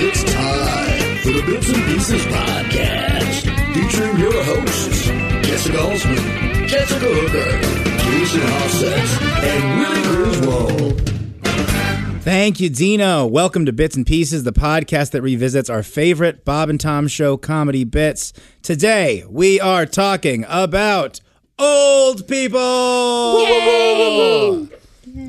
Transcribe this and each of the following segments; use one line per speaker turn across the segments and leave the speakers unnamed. It's time for the Bits and Pieces Podcast, featuring your hosts, Jessica Holzman, Jessica Hooker, Jason Hossett, and Willie Griswold.
Thank you, Dino. Welcome to Bits and Pieces, the podcast that revisits our favorite Bob and Tom show comedy bits. Today, we are talking about old people.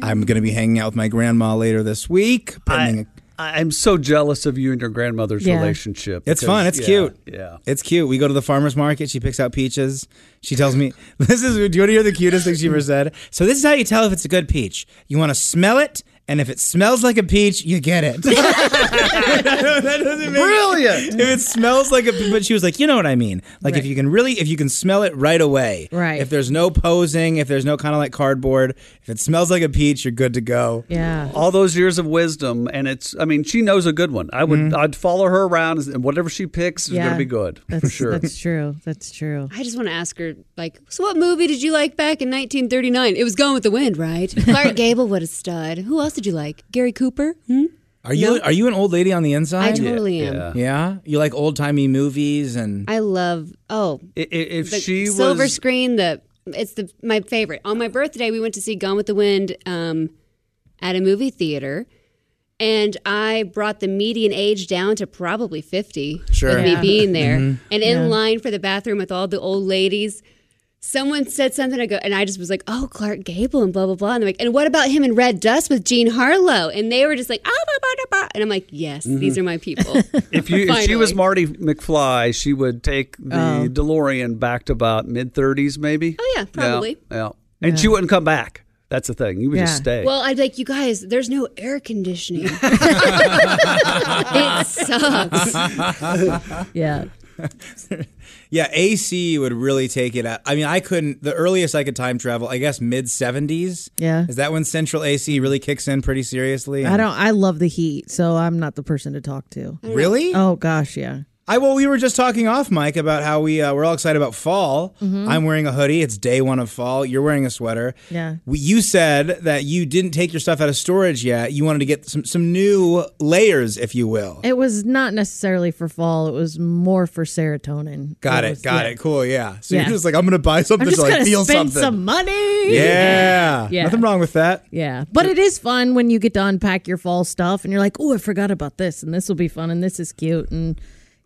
I'm going to be hanging out with my grandma later this week.
I, I'm so jealous of you and your grandmother's
Yeah.
relationship.
It's
because-
fun. It's
yeah,
cute.
Yeah.
It's cute. We go to the farmer's market. She picks out peaches. She tells me, This is, do you want to hear the cutest thing she ever said? So, this is how you tell if it's a good peach. You want to smell it, and if it smells like a peach, you get it. that doesn't make
Brilliant.
If it smells like a peach, but she was like, You know what I mean? Like, if
Right.
you can really, if you can smell it right away.
Right.
If there's no posing, if there's no kind of like cardboard, if it smells like a peach, you're good to go.
Yeah.
All those years of wisdom, and it's. I mean, she knows a good one. I would. I'd follow her around, and whatever she picks is going
Yeah.
to be good
That's
for sure.
That's true. That's true.
I just want to ask her, like, so what movie did you like back in 1939? It was Gone with the Wind, right? Clark Gable, what a stud. Who else did you like? Gary Cooper? Hmm?
Are you are you an old lady on the inside?
I totally am.
yeah.
Yeah, you like old timey movies and
I love, oh,
I- i- If
the
she
silver
was
screen, the, it's the my favorite. On my birthday, we went to see Gone with the Wind um, at a movie theater. And I brought the median age down to probably 50
Sure.
with
Yeah.
me being there.
Mm-hmm.
And in line for the bathroom with all the old ladies, someone said something. I go, and I just was like, oh, Clark Gable and blah, blah, blah. And they're like, and what about him in Red Dust with Jean Harlow? And they were just like, oh, blah, blah, blah, blah. And I'm like, yes, these
Mm-hmm.
are my people.
if you if she
Finally.
was Marty McFly, she would take the
Oh.
DeLorean back to about mid thirties, maybe.
Oh, yeah, probably.
Yeah, yeah. and she wouldn't come back. That's the thing. You would just
Yeah.
stay.
Well, I'd be like, you guys, there's no air conditioning. it sucks.
Yeah.
yeah, AC would really take it out. I mean, I couldn't. The earliest I could time travel, I guess, mid seventies.
Yeah.
is that when central AC really kicks in pretty seriously?
I don't. I love the heat, so I'm not the person to talk to.
really.
Oh gosh, yeah.
I well, we were just talking off mic about how we uh, we're all excited about fall.
Mm-hmm.
I'm wearing a hoodie. It's day one of fall. You're wearing a sweater.
Yeah.
We, you said that you didn't take your stuff out of storage yet. You wanted to get some some new layers, if you will.
It was not necessarily for fall. It was more for serotonin.
Got it.
was-
Got
yeah.
it. Cool. Yeah. So
Yeah.
you're just like, I'm gonna buy
I'm
something
just
so I
gonna
feel
spend
something.
some money.
Yeah.
Yeah.
Nothing wrong with that.
Yeah. But it is fun when you get to unpack your fall stuff and you're like, oh, I forgot about this, and this will be fun, and this is cute, and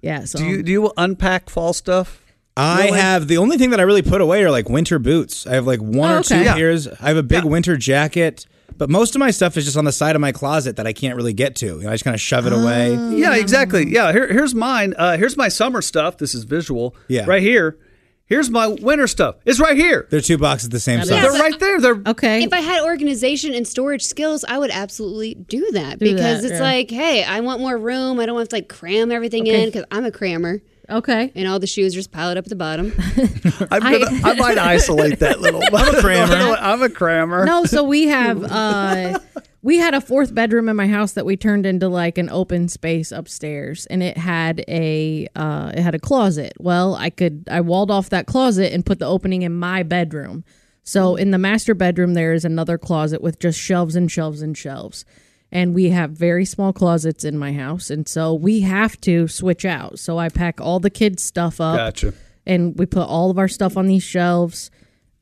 yeah. So
do you do you unpack fall stuff?
I
Really?
have the only thing that I really put away are like winter boots. I have like one
Oh,
or two
okay. Yeah.
pairs. I have a big winter jacket, but most of my stuff is just on the side of my closet that I can't really get to. You know, I just kind of shove it away.
Oh. Yeah, exactly. Yeah, here, here's mine. Uh, here's my summer stuff. This is visual.
Yeah.
Right here. Here's my winter stuff. It's right here.
They're two boxes the same size.
They're right there. They're
okay.
If I had organization and storage skills, I would absolutely do that
Do
because
that,
it's
yeah.
like, hey, I want more room. I don't want to like cram everything in
Okay.
in because I'm a crammer
okay.
and all the shoes are just piled up at the bottom.
I'm gonna, I, might isolate that little. I'm a crammer. I'm a crammer.
No, so we have uh we had a fourth bedroom in my house that we turned into like an open space upstairs and it had a uh it had a closet. Well, I could I walled off that closet and put the opening in my bedroom. So in the master bedroom there is another closet with just shelves and shelves and shelves. And we have very small closets in my house and so we have to switch out. So I pack all the kids stuff up
Gotcha.
and we put all of our stuff on these shelves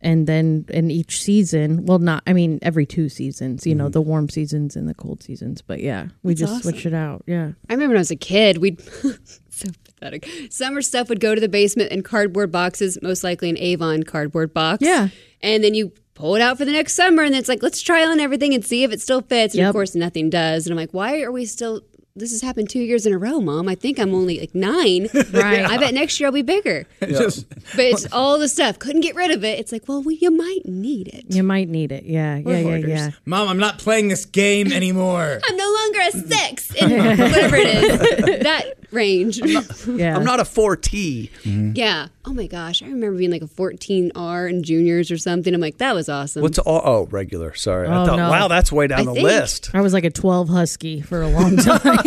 and then in each season, well, not I mean every two seasons, you know,
Mm-hmm.
the warm seasons and the cold seasons. But yeah, we just switch it out. Yeah,
I remember when I was a kid, we'd so pathetic. Summer stuff would go to the basement in cardboard boxes, most likely an Avon cardboard box.
Yeah.
And then you pull it out for the next summer and it's like, let's try on everything and see if it still fits. And
Yep.
of course nothing does. And I'm like, why are we still this has happened two years in a row, Mom. I think I'm only like nine.
Right.
I bet next year I'll be bigger. but it's all the stuff. Couldn't get rid of it. It's like, well, we, you might need it.
you might need it. Yeah, yeah, yeah, yeah.
Mom, I'm not playing this game anymore.
I'm no longer a six in whatever it is. That range.
Yeah.
I'm not a 4T.
Yeah. Oh my gosh. I remember being like a 14R in juniors or something. I'm like, that was awesome.
What's all, oh regular? Sorry, I
Oh,
thought
no.
wow that's way down
I
the
think-
list.
I was like a 12 husky for a long time.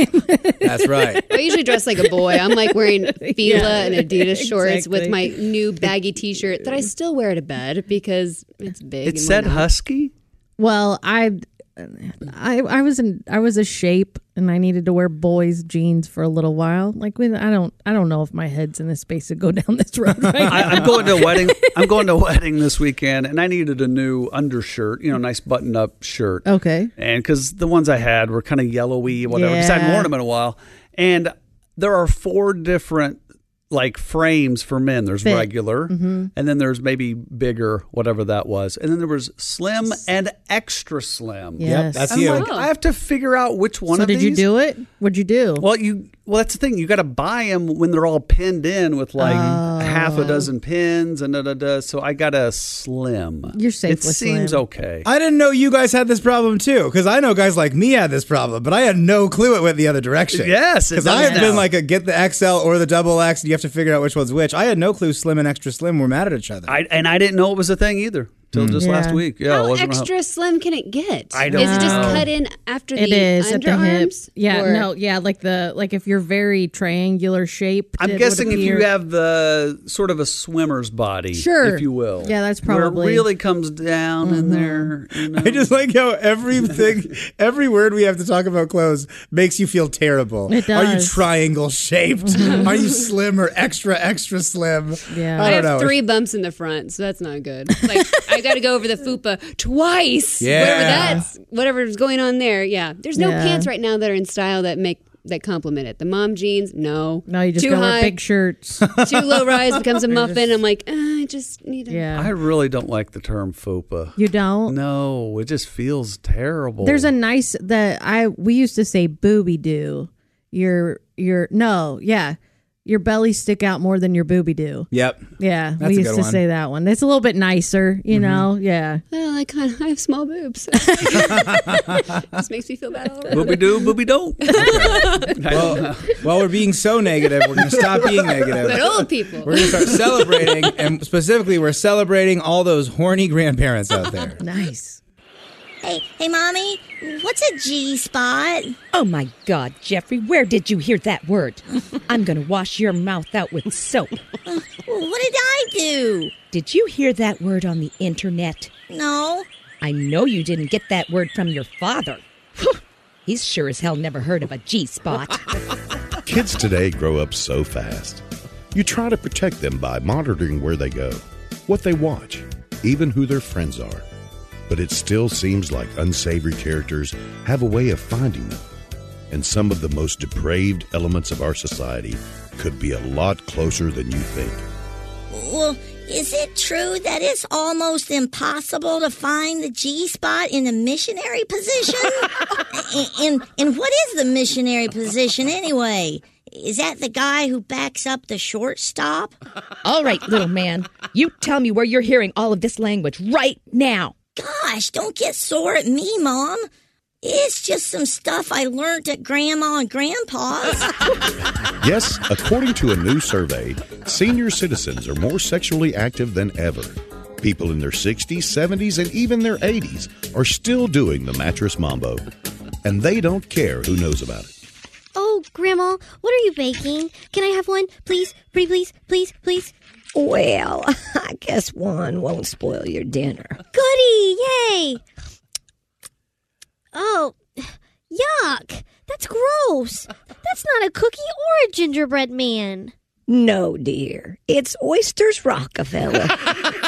That's right.
I usually dress like a boy. I'm like wearing Fila
Yeah,
and Adidas shorts
exactly.
with my new baggy t shirt that I still wear to bed because it's big.
It
and
said
whatnot.
husky.
well, I I I was in I was a shape and I needed to wear boys jeans for a little while. Like we, I don't I don't know if my head's in the space to go down this road right now.
I, I'm going to a wedding. I'm going to a wedding this weekend, and I needed a new undershirt. You know, nice button-up shirt.
Okay.
And because the ones I had were kind of yellowy, whatever. Because I hadn't
Yeah.
worn them in a while. And there are four different like frames for men. There's
Fit. Mm-hmm.
regular, and then there's maybe bigger, whatever that was, and then there was slim and extra slim.
Yes. Oh,
That's
I'm
you.
like, I have to figure out which one
so
of
did you
these-
do it? What'd you do?
Well, you well that's the thing. You got to buy them when they're all pinned in with like half
Oh.
a dozen pins and da da da. So I got a slim.
You're safe
It
with
seems
slim.
okay.
I didn't know you guys had this problem too, because I know guys like me had this problem, but I had no clue it went the other direction.
Yes, it
because I
does
have been
now.
like a get the XL or the double X, and you have to figure out which one's which. I had no clue Slim and Extra Slim were mad at each other. Hmm.
I and I didn't know it was a thing either till just last
Yeah.
week. Yeah, it
How
wasn't a-
extra slim can it get?
I don't
Is it just
know.
cut in after
it
the
is at the hips.
underarms?
Yeah,
Or-
no, yeah, like the like if you're very triangular shaped. it
I'm
would
guessing if you
appear-
have the sort of a swimmer's body,
Sure.
if you will.
Yeah, that's
Where it
probably-
really comes down in there. You know?
I just like how everything, every word we have to talk about clothes makes you feel terrible.
It
Are you
does.
triangle shaped? Are you slim or extra, extra slim?
Yeah.
I
I,
don't
have
know.
three bumps in the front, so that's not good. Like I got to go over the fupa twice.
Yeah.
whatever that's whatever's going on there. Yeah, there's no
Yeah.
pants right now that are in style that make that compliment it. The mom jeans, no,
No, you just
too
gotta
high,
wear big shirts.
too low rise becomes a muffin. I'm like, uh, I just need. A-
I
Yeah.
really don't like the term fupa.
You don't?
No, it just feels terrible.
There's a nice that I we used to say booby do. Your your no, yeah. Your belly stick out more than your booby do.
Yep.
Yeah.
That's a
we
good
used to
one. Mm-hmm.
say that one. It's a little bit nicer, you know? Yeah.
Well, I kind of I have small boobs. this makes me feel bad already.
booby do, booby don't.
Well, while we're being so negative, we're going to stop being negative.
But old people.
We're going to start celebrating, and specifically, we're celebrating all those horny grandparents out there.
Nice.
Hey, hey, mommy, what's a G spot?
Oh my God, Jeffrey, where did you hear that word? I'm going to wash your mouth out with soap.
What did I do?
Did you hear that word on the internet?
No,
I know you didn't get that word from your father. He's sure as hell never heard of a G spot.
Kids today grow up so fast. You try to protect them by monitoring where they go, what they watch, even who their friends are. But it still seems like unsavory characters have a way of finding them. And some of the most depraved elements of our society could be a lot closer than you think.
Well, is it true that it's almost impossible to find the G spot in the missionary position? and, and and what is the missionary position anyway? Is that the guy who backs up the shortstop?
all right, little man, you tell me where you're hearing all of this language right now.
Gosh, don't get sore at me, Mom. It's just some stuff I learned at Grandma and Grandpa's.
Yes, according to a new survey, senior citizens are more sexually active than ever. People in their 60s, 70s, and even their 80s are still doing the mattress mambo. And they don't care who knows about it.
Oh, Grandma, what are you baking? Can I have one, please? Pretty please, please, please.
Well, I guess one won't spoil your dinner.
Goody, yay! Oh, yuck! That's gross. That's not a cookie or a gingerbread man.
No, dear. It's Oysters Rockefeller.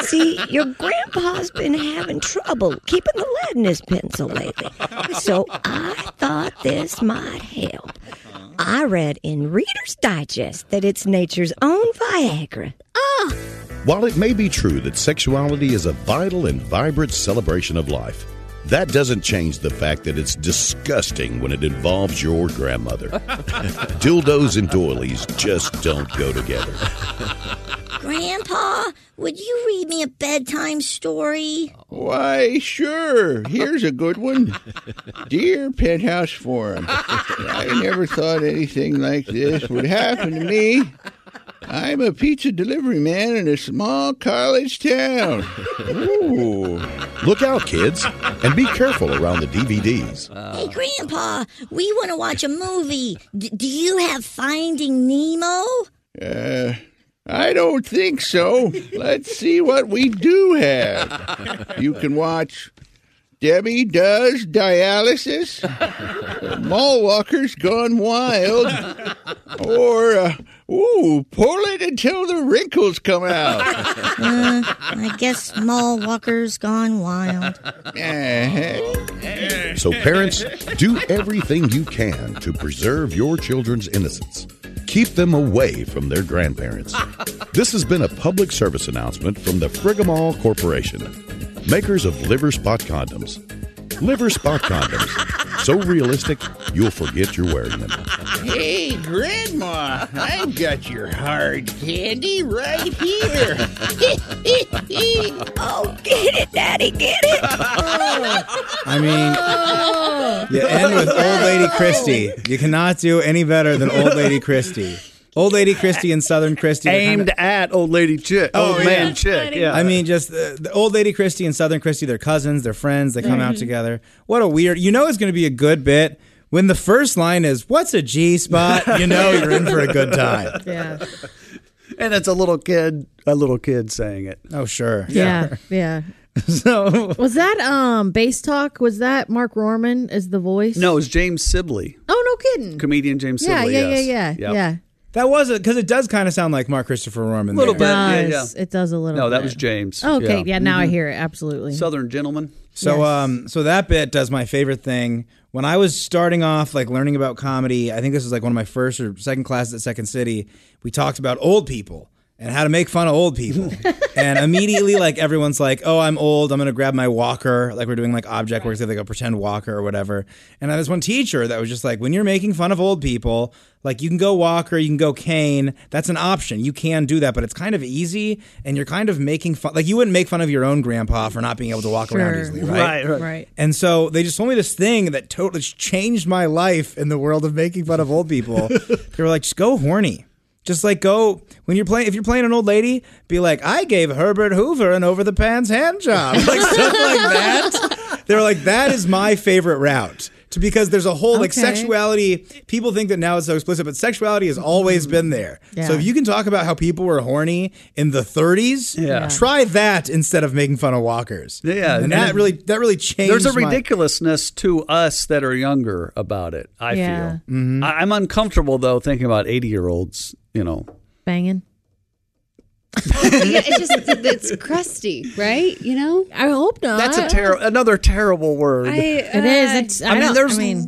See, your grandpa's been having trouble keeping the lead in his pencil lately. So I thought this might help. I read in Reader's Digest that it's nature's own Viagra.
While it may be true that sexuality is a vital and vibrant celebration of life, that doesn't change the fact that it's disgusting when it involves your grandmother. Dildos and doilies just don't go together.
Grandpa, would you read me a bedtime story?
Why, sure. Here's a good one. Dear Penthouse Forum, I never thought anything like this would happen to me. I'm a pizza delivery man in a small college town. Ooh.
Look out, kids, and be careful around the DVDs.
Hey, Grandpa, we want to watch a movie. D- do you have Finding Nemo?
Uh, I don't think so. Let's see what we do have. You can watch Debbie Does Dialysis, Mall Walkers Gone Wild, or, uh, ooh, pull it until the wrinkles come out.
Uh, I guess Mall Walker's gone wild.
So, parents, do everything you can to preserve your children's innocence. Keep them away from their grandparents. This has been a public service announcement from the Frigamall Corporation, makers of Liver Spot condoms. Liver Spot condoms. So realistic, you'll forget you're wearing them.
Hey, Grandma, I've got your hard candy right here.
oh, get it, Daddy, get it.
I mean, you end with Old Lady Christie. You cannot do any better than Old Lady Christie. Old Lady Christie and Southern Christie. are
Aimed
kinda- Oh,
at old lady chick, old man chick. Yeah,
I mean, just uh, the, the Old Lady Christie and Southern Christie, they're cousins, they're friends, they come out
Mm-hmm.
Mhm.
together. What a weird, you know, it's going to be a good bit. When the first line is, What's a G spot? You know, you're in for a good time.
Yeah.
and it's a little kid, a little kid saying it.
Oh, sure.
Yeah. Yeah.
so
was that um bass talk? Was that Mark Rorman as the voice?
No, it's James Sibley,
Oh no, kidding.
comedian James
yeah,
Sibley.
yeah,
yes.
yeah, yeah,
Yep.
yeah.
That was because it does kind of sound like Mark Christopher Rorman.
Little
there.
bit, yeah, yeah.
Does- It does a little.
No, that
bit.
was James.
Oh, okay, yeah.
Yeah.
now I
Mhm.
hear it absolutely.
Southern gentleman.
Mm-hmm. So um so that bit does my favorite thing. When I was starting off like learning about comedy, I think this was like one of my first or second classes at Second City, we talked about old people and how to make fun of old people. and immediately like everyone's like, "Oh, I'm old. I'm going to grab my walker." Like we're doing like object works, they have like a pretend walker or whatever. And I had this one teacher that was just like, "When you're making fun of old people, like you can go walker, you can go cane. That's an option. You can do that, but it's kind of easy and you're kind of making fun like you wouldn't make fun of your own grandpa for not being able to walk around
Sure.
easily,
Right, right.
Right.
and so they just told me this thing that totally changed my life in the world of making fun of old people. they were like, just go horny. Just like go when you're playing. If you're playing an old lady, be like, I gave Herbert Hoover an over the pants hand job, like stuff like that. They're like, that is my favorite route. To, because there's a whole like
Okay.
sexuality. People think that now it's so explicit, but sexuality has always been there.
Yeah.
So if you can talk about how people were horny in the 30s,
Yeah.
try that instead of making fun of walkers.
Yeah,
and that
and-
really that really changed.
There's a
my-
ridiculousness to us that are younger about it. I
Yeah.
feel.
Mm-hmm.
I, I'm uncomfortable though thinking about 80 year olds. You know.
banging.
yeah, it's just it's crusty, right? You know.
I hope not.
That's a terrible, another terrible word.
I- It is.
uh,
It's- I
I, mean,
don't-
there's
I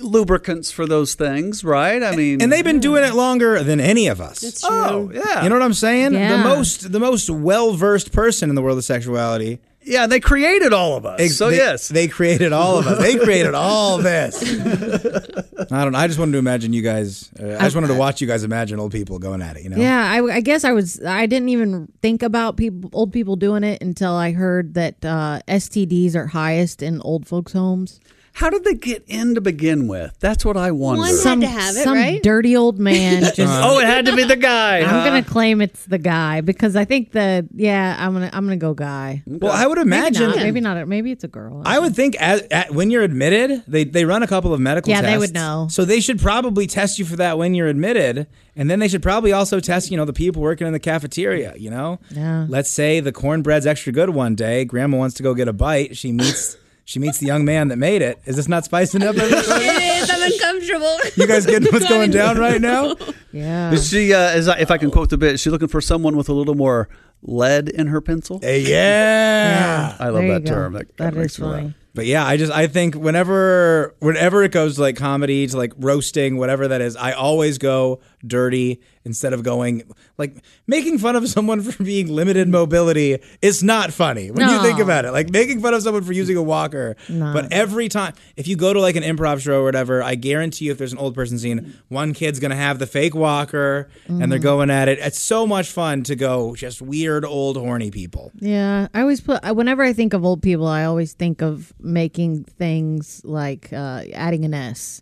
lubricants for those things, right? I mean,
and they've been doing it longer than any of us.
That's true. Oh, yeah.
You know what I'm saying?
Yeah.
The most the most well versed person in the world of sexuality.
Yeah, they created all of us.
Ex-
Uh, so
they-
yes,
they created all of us. They created all this. I don't. know. I just wanted to imagine you guys. Uh, I just wanted to watch you guys imagine old people going at it. You know.
Yeah, I, I guess I was. I didn't even think about people, old people doing it until I heard that uh, STDs are highest in old folks' homes.
How did they get in to begin with? That's what I wonder.
some, some dirty old man. Just,
oh, it had to be the guy.
I'm
huh?
gonna claim it's the guy because I think the yeah. I'm gonna I'm gonna go guy.
Well, I would imagine-
maybe not. Maybe, not, maybe it's a girl.
I would think as, at, when you're admitted, they, they run a couple of medical
Yeah,
tests.
they would know.
So they should probably test you for that when you're admitted. And then they should probably also test, you know, the people working in the cafeteria, you know?
Yeah.
Let's say the cornbread's extra good one day. Grandma wants to go get a bite. She meets She meets the young man that made it. Is this not spicing up?
it is. I'm uncomfortable.
You guys getting what's going down right now?
Yeah.
Is she, uh, is I, if I can quote the bit, is she looking for someone with a little more lead in her pencil?
Uh, yeah.
I love that term. That, that
is funny.
But yeah, I just I think whenever whenever it goes to like comedy to like roasting whatever that is, I always go dirty instead of going like making fun of someone for being limited mobility is not funny when you
No.
think about it. Like making fun of someone for using a walker.
No.
But every time if you go to like an improv show or whatever, I guarantee you if there's an old person scene, one kid's gonna have the fake walker and they're
Mhm.
going at it. It's so much fun to go just weird old horny people.
Yeah, I always put I- whenever I think of old people, I always think of making things like uh adding an S,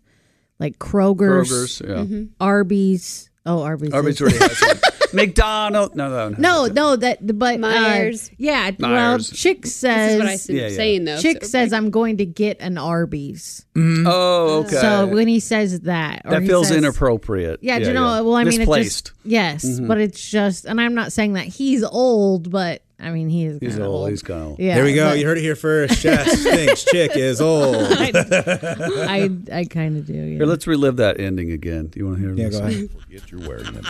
like Kroger's,
Kroger's, yeah. Mhm.
Arby's. Oh, Arby's. is-
Arby's already has one. McDonald. No, no, no.
No, no, that the- but uh,
Myers.
yeah,
Myers.
well, Chick says.
what I s- Yeah, yeah. saying, though,
Chick
so,
says I'm going to get an Arby's.
Oh, okay.
So when he says that, or
that
he
feels
says-
inappropriate.
Yeah, do you know? Well, I mean,
misplaced.
It just, yes,
Mhm.
but it's just, and I'm not saying that he's old, but I mean, he is.
he's
kinda
old.
old.
He's kind of old.
Yeah, There we go. but- You
heard it here first. Chess thinks chick is old.
I I kind of do. Yeah.
Here, let's relive that ending again. Do you want to hear? Yeah,
go ahead.
Forget you're wearing them.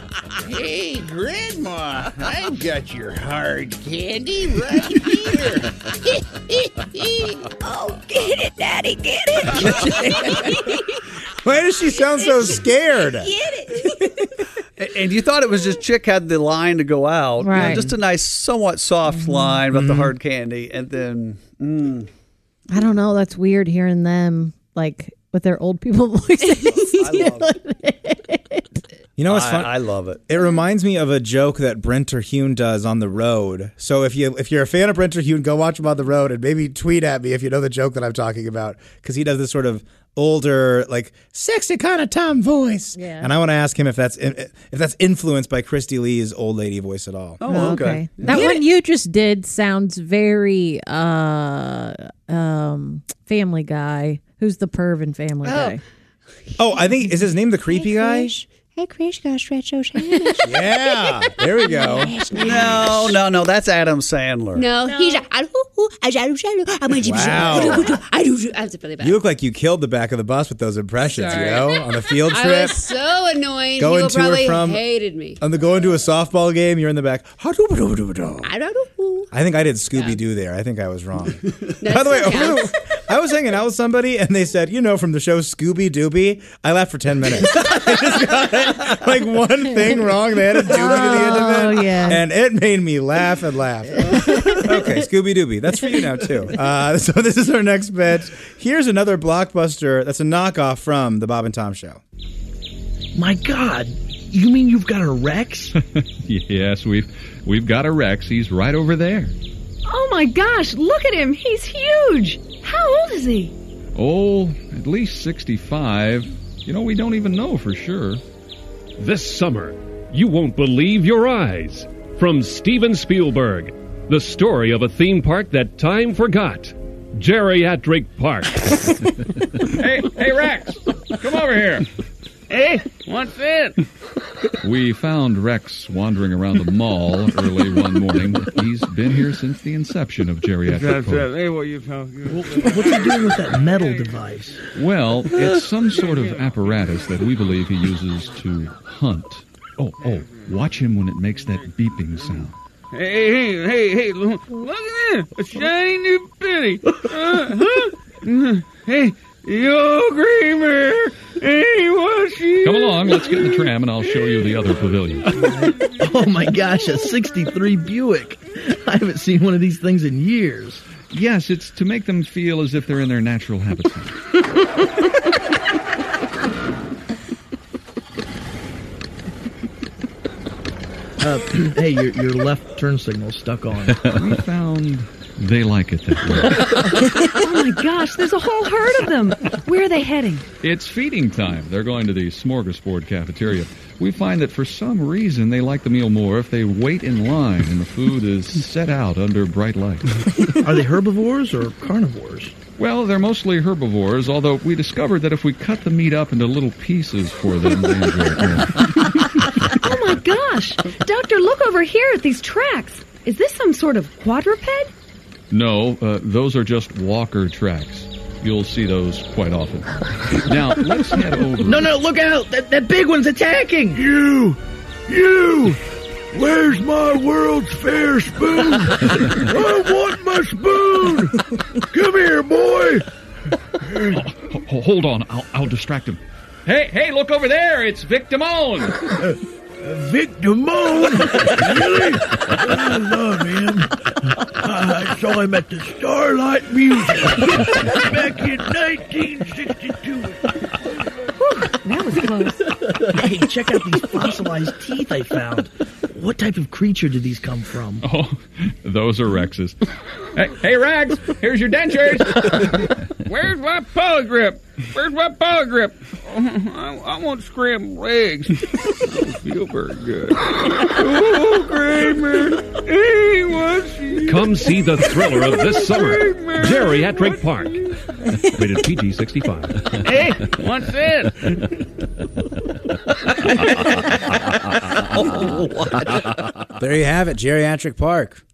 Hey, Grandma, I've got your hard candy right here.
oh, get it, Daddy, get it.
Why does she sound so scared?
And- And you thought it was just Chick had the line to go out, you know,
Right. Mm-hmm.
just a nice, somewhat soft line about the
Mm-hmm.
hard candy, and then mm,
I don't know. That's weird hearing them like with their old people voices.
You know what's
I-
fun?
I love it.
It reminds me of a joke that Brent Terhune does on the road. So if you if you're a fan of Brent Terhune, go watch him on the road and maybe tweet at me if you know the joke that I'm talking about because he does this sort of older, like sexy kind of Tom voice.
Yeah.
And I want to ask him if that's if that's influenced by Christy Lee's old lady voice at all.
Oh,
That one you just did sounds very uh um Family Guy. Who's the perv in Family Guy?
Oh, I think is his name the creepy guy?
Hey, Chris, got stretch those hands.
Yeah, there we go.
no, no, no, that's Adam Sandler.
No, he's like, I do, I do, I do, I'm gonna do,
Wow.
I do, I do, I do really bad.
You look like you killed the back of the bus with those impressions.
Sorry.
You know, on the field trip.
I was so annoyed.
Going
People
to or
probably
from-
hated me.
On the going to a softball game, you're in the back. "Ha-doo-ba-doo-ba-doo-ba-doo."
I don't know.
I think I did Scooby Doo there. I think I was wrong. By the way, over the- I was hanging out with somebody and they said, you know, from the show Scooby Dooby. I laughed for 10 minutes. I just got like one thing wrong. They had a doobie to the end of it.
yeah.
And it made me laugh and laugh. okay, Scooby Dooby. That's for you now, too. Uh, so this is our next bit. Here's another blockbuster that's a knockoff from The Bob and Tom Show.
My God, you mean you've got a Rex?
yes, we've we've got a Rex. He's right over there.
Oh my gosh, look at him. He's huge. How old is he?
Oh, at least 65. You know, we don't even know for sure.
This summer, you won't believe your eyes. From Steven Spielberg, the story of a theme park that time forgot Geriatric Park.
hey, hey, Rex, come over here.
Eh,
Hey, what's it?
We found Rex wandering around the mall early one morning. He's been here since the inception of geriatric
That's
Park.
it. Hey, what you talking
What's he doing with that metal device?
Well, it's some sort of apparatus that we believe he uses to hunt. Oh, oh, watch him when it makes that beeping sound.
Hey, hey, hey, hey, lo- look at this. A shiny new penny. Uh, huh? Mm, Hey, yo, Creamer. Hey, what's you?
Come along, let's get in the tram and I'll show you the other pavilion.
Oh my gosh, a 63 Buick. I haven't seen one of these things in years.
Yes, it's to make them feel as if they're in their natural habitat.
Uh, hey, your, your left turn signal's stuck on.
We found they like it that way.
oh my gosh, there's a whole herd of them. Where are they heading?
It's feeding time. They're going to the smorgasbord cafeteria. We find that for some reason they like the meal more if they wait in line and the food is set out under bright light.
Are they herbivores or carnivores?
Well, they're mostly herbivores, although we discovered that if we cut the meat up into little pieces for them, they enjoy it more.
Oh my gosh. Doctor, look over here at these tracks. Is this some sort of quadruped?
No, uh, those are just walker tracks. You'll see those quite often. now, let's head over.
No, no, look out! That, that big one's attacking!
You! You! Where's my World's Fair spoon? I want my spoon! Come here, boy!
Ho- ho- hold on, I'll, I'll distract him. Hey, hey, look over there! It's Vic Damone!
Vic Damone? really? I love him. I saw him at the Starlight Music back in 1962.
That was close. hey, check out these fossilized teeth I found. What type of creature did these come from?
Oh, those are Rexes. hey, hey, Rags, here's your dentures.
Where's my paw grip? Where's my paw grip? I, I want scrambled eggs.
Feel very good.
Oh, Kramer. Hey, what's
Come see the thriller of this summer, Geriatric Park. Rated PG 65.
Hey, what's this?
There you have it, Geriatric Park.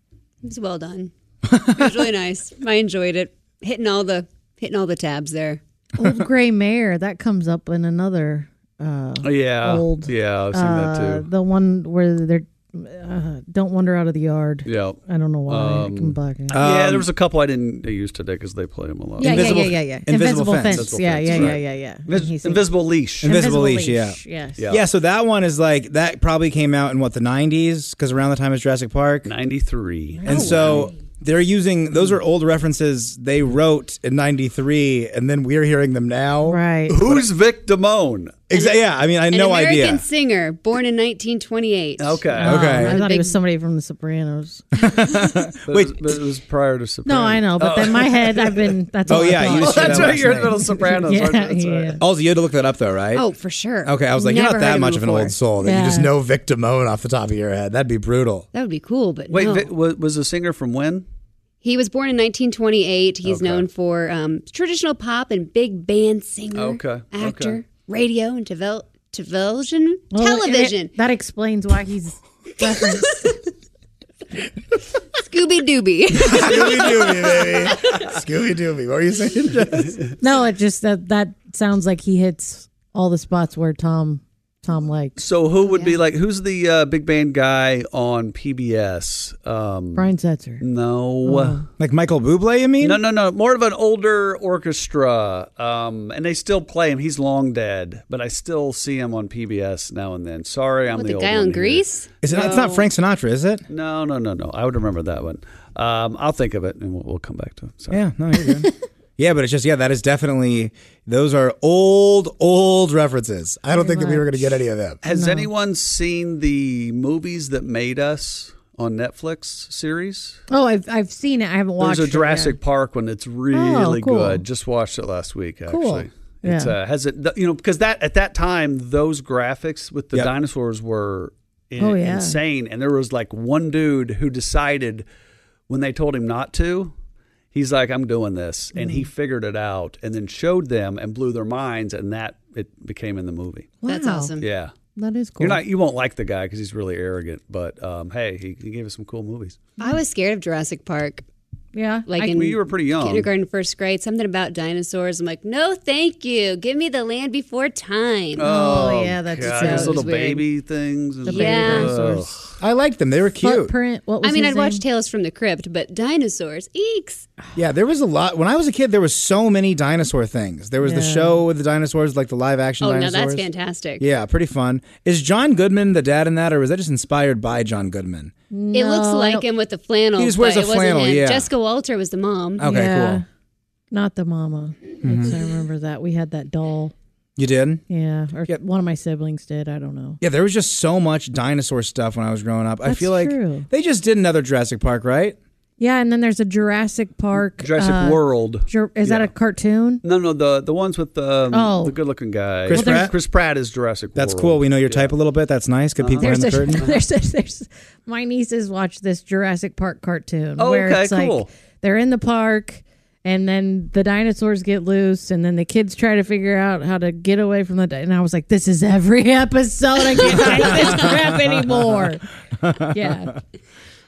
It's well done. It was really nice. I enjoyed it. Hitting all the hitting all the tabs there.
Old gray mare that comes up in another. Uh,
Yeah.
old.
Yeah, I've seen that
uh,
too.
The one where they're uh, don't wander out of the yard.
Yeah.
I don't know why. I
Um,
can black it.
yeah, there was
Um,
a couple I didn't use today because they play them a lot.
Yeah, yeah, Invisible- yeah, yeah, yeah. Invisible Fence. Invisible Yeah, Fence, yeah, yeah, right. yeah, yeah.
Invis-
He's-
invisible leash.
Invisible, leash, yeah.
Yeah.
Yeah, so that one is like, that probably came out in what, the 90s? Because around the time of Jurassic Park?
93.
And so they're using, those are old references they wrote in 93, and then we're hearing them now.
Right.
Who's Vic Damone?
Exactly. Yeah, I mean, I had
An
no
American
idea.
singer, born in 1928.
Okay.
Oh, I
okay.
thought he was somebody from The Sopranos.
Wait, it was, prior to Sopranos.
No, I know,
Oh.
but in my head, I've been. That's
Oh,
all I
yeah,
thought.
you just said
That's
that
right.
last
You're
night.
in Little Sopranos.
Yeah,
aren't you? That's right.
Also, Oh, you had to look that up though, right?
Oh, for sure.
Okay, I was like, you're
Never
not
heard
that
him
much of an
before.
old soul that you just
Yeah.
know Vic Damone off the top of your head. That'd be brutal.
That would be cool, but
Wait,
no.
Vic, was, was the singer from when?
He was born in 1928. He's
Okay.
known for um, traditional pop and big band singer,
Okay, okay.
actor, radio, and tevel- television.
Well, and it-
television.
that explains why he's referenced.
Scooby Dooby.
Scooby Dooby, baby. Scooby Dooby. What were you saying, Jess?
No, it just that that sounds like he hits all the spots where Tom Tom likes.
So who would be like? Who's the uh, big band guy on PBS? Um,
Brian Setzer. Oh.
No.
Oh.
Like Michael Bublé, you mean?
No, no, no. More of an older orchestra, um, and they still play him. He's long dead, but I still see him on PBS now and then. Sorry, I'm
What,
the,
the
old
guy
one
on
here.
Grease?
Is it, It's not Frank Sinatra, is it?
No, no, no, no. I would remember that one. Um, I'll think of it, and we'll, we'll come back to it. Sorry.
Yeah, no, you're good. yeah, but it's just yeah, that is definitely those are old, old references. I don't think that we were going to get any of them.
Has anyone seen the movies that made us on Netflix series?
Oh, I've I've seen it. I haven't watched.
There's a
it
Jurassic
yet.
Park one that's really
cool.
good. Just watched it last week, actually.
Cool.
It's,
Yeah.
uh, has it, th- you know, because that at that time those graphics with the
Yep.
dinosaurs were in,
Oh, yeah.
insane, and there was like one dude who decided when they told him not to, he's like, "I'm doing this," and
Mm.
he figured it out, and then showed them and blew their minds, and that it became in the movie.
That's
Wow.
awesome.
Yeah,
That is cool.
you're not you won't like the guy because he's really arrogant, but um, hey, he, he gave us some cool movies.
I was scared of Jurassic Park.
yeah,
Like
I-
in
Well, you were pretty young.
kindergarten, first grade, something about dinosaurs. I'm like, no, thank you. Give me the land before time.
Oh,
Oh, yeah, that's
God,
so-
those little
It's weird.
baby things. and-
The baby Yeah. dinosaurs.
I liked them. They were cute.
footprint. What was
I mean,
his
I'd
name?
watch Tales from the Crypt, but dinosaurs, eeks.
Yeah, there was a lot. When I was a kid, there was so many dinosaur things. There was the
Yeah.
show with the dinosaurs, like the live action
Oh, no,
dinosaurs.
that's fantastic.
Yeah, pretty fun. Is John Goodman the dad in that, or was that just inspired by John Goodman?
It looks
No, I
like
don't-
him with the flannel.
He just wears
but
a
it wasn't
flannel,
him.
yeah.
Jessica Walter was the mom.
Okay,
Yeah.
cool.
Not the mama.
Mm-hmm.
Yes, I remember that we had that doll.
You did?
Yeah, or one of my siblings did. I don't know.
Yeah, there was just so much dinosaur stuff when I was growing up. I
That's
feel like
true.
they just did another Jurassic Park, right?
Yeah, and then there's a Jurassic Park.
Jurassic
uh,
World.
Jur- is that a cartoon?
No, no, the the ones with the
Oh.
the good looking guy.
Chris Well, there's- Pratt?
Chris Pratt is Jurassic.
That's
World.
cool. We know your type a little bit. That's nice. Good people
Uh-huh.
Uh-huh.
There's
behind the
a,
curtain.
there's a, there's my nieces watch this Jurassic Park cartoon
Oh,
where
okay,
it's like
cool.
they're in the park and then the dinosaurs get loose and then the kids try to figure out how to get away from the di- and I was like this is every episode I can't watch this crap anymore. Yeah.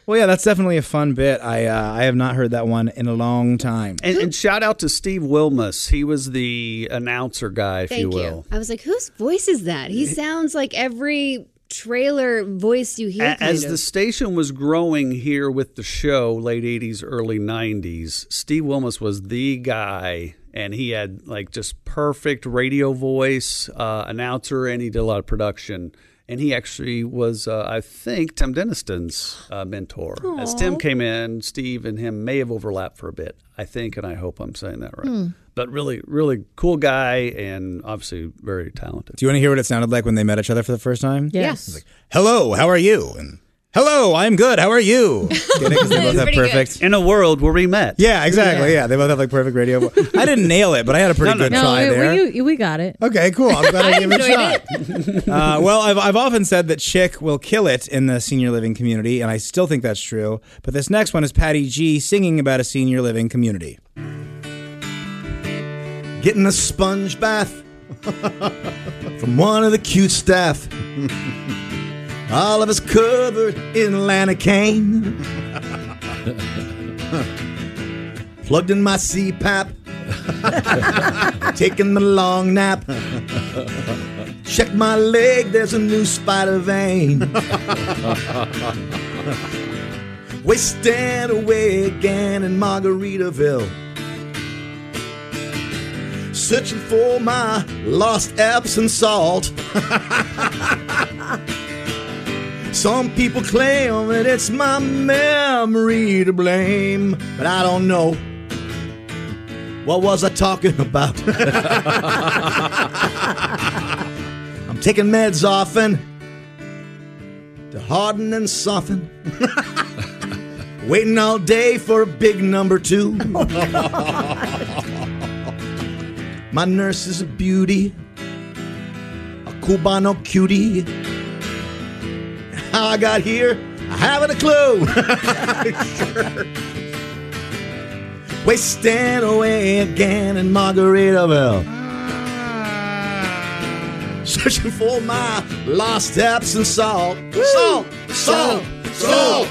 Well, yeah, that's definitely a fun bit. I uh, I have not heard that one in a long time.
And, and shout out to Steve Wilmus. He was the announcer guy, if
Thank
you will.
I was like, whose voice is that? He sounds like every trailer voice you hear.
A- As
kind
the
of.
station was growing here with the show, late 80s, early 90s, Steve Wilmus was the guy. And he had like just perfect radio voice, uh, announcer, and he did a lot of production. And he actually was, uh, I think, Tim Denniston's uh, mentor. As Tim
Aw.
came in, Steve and him may have overlapped for a bit, I think, and I hope I'm saying that right.
Hmm.
But really, really cool guy, and obviously very talented.
Do you want to hear what it sounded like when they met each other for the first time?
Yes.
It's like, Hello, how are you? And hello, I'm good. How are you? Get it? 'Cause they both have
Pretty good.
perfect.
In a world where we met.
Yeah, exactly. Yeah.
Yeah.
they both have like perfect radio. vo- I didn't nail it, but I had a pretty good
no,
try
we,
there.
we- you- we got it.
Okay, cool. I'm glad I gave it a shot. uh, well, I've, I've often said that Chick will kill it in the senior living community, and I still think that's true. But this next one is Patty G singing about a senior living community.
Getting a sponge bath from one of the cute staff. All of us covered in Lanacane. Plugged in my CPAP. Taking the long nap. Check my leg, there's a new spider vein. Wasted away again in Margaritaville. Searching for my lost Epsom salt. Some people claim that it's my memory to blame, but I don't know. What was I talking about? I'm taking meds often to harden and soften. Waiting all day for a big number two. My nurse is a beauty, a Cubano cutie. How I got here, I haven't a clue. Wasting away again in Margaritaville. Searching for my lost Epsom salt. Salt, salt, salt.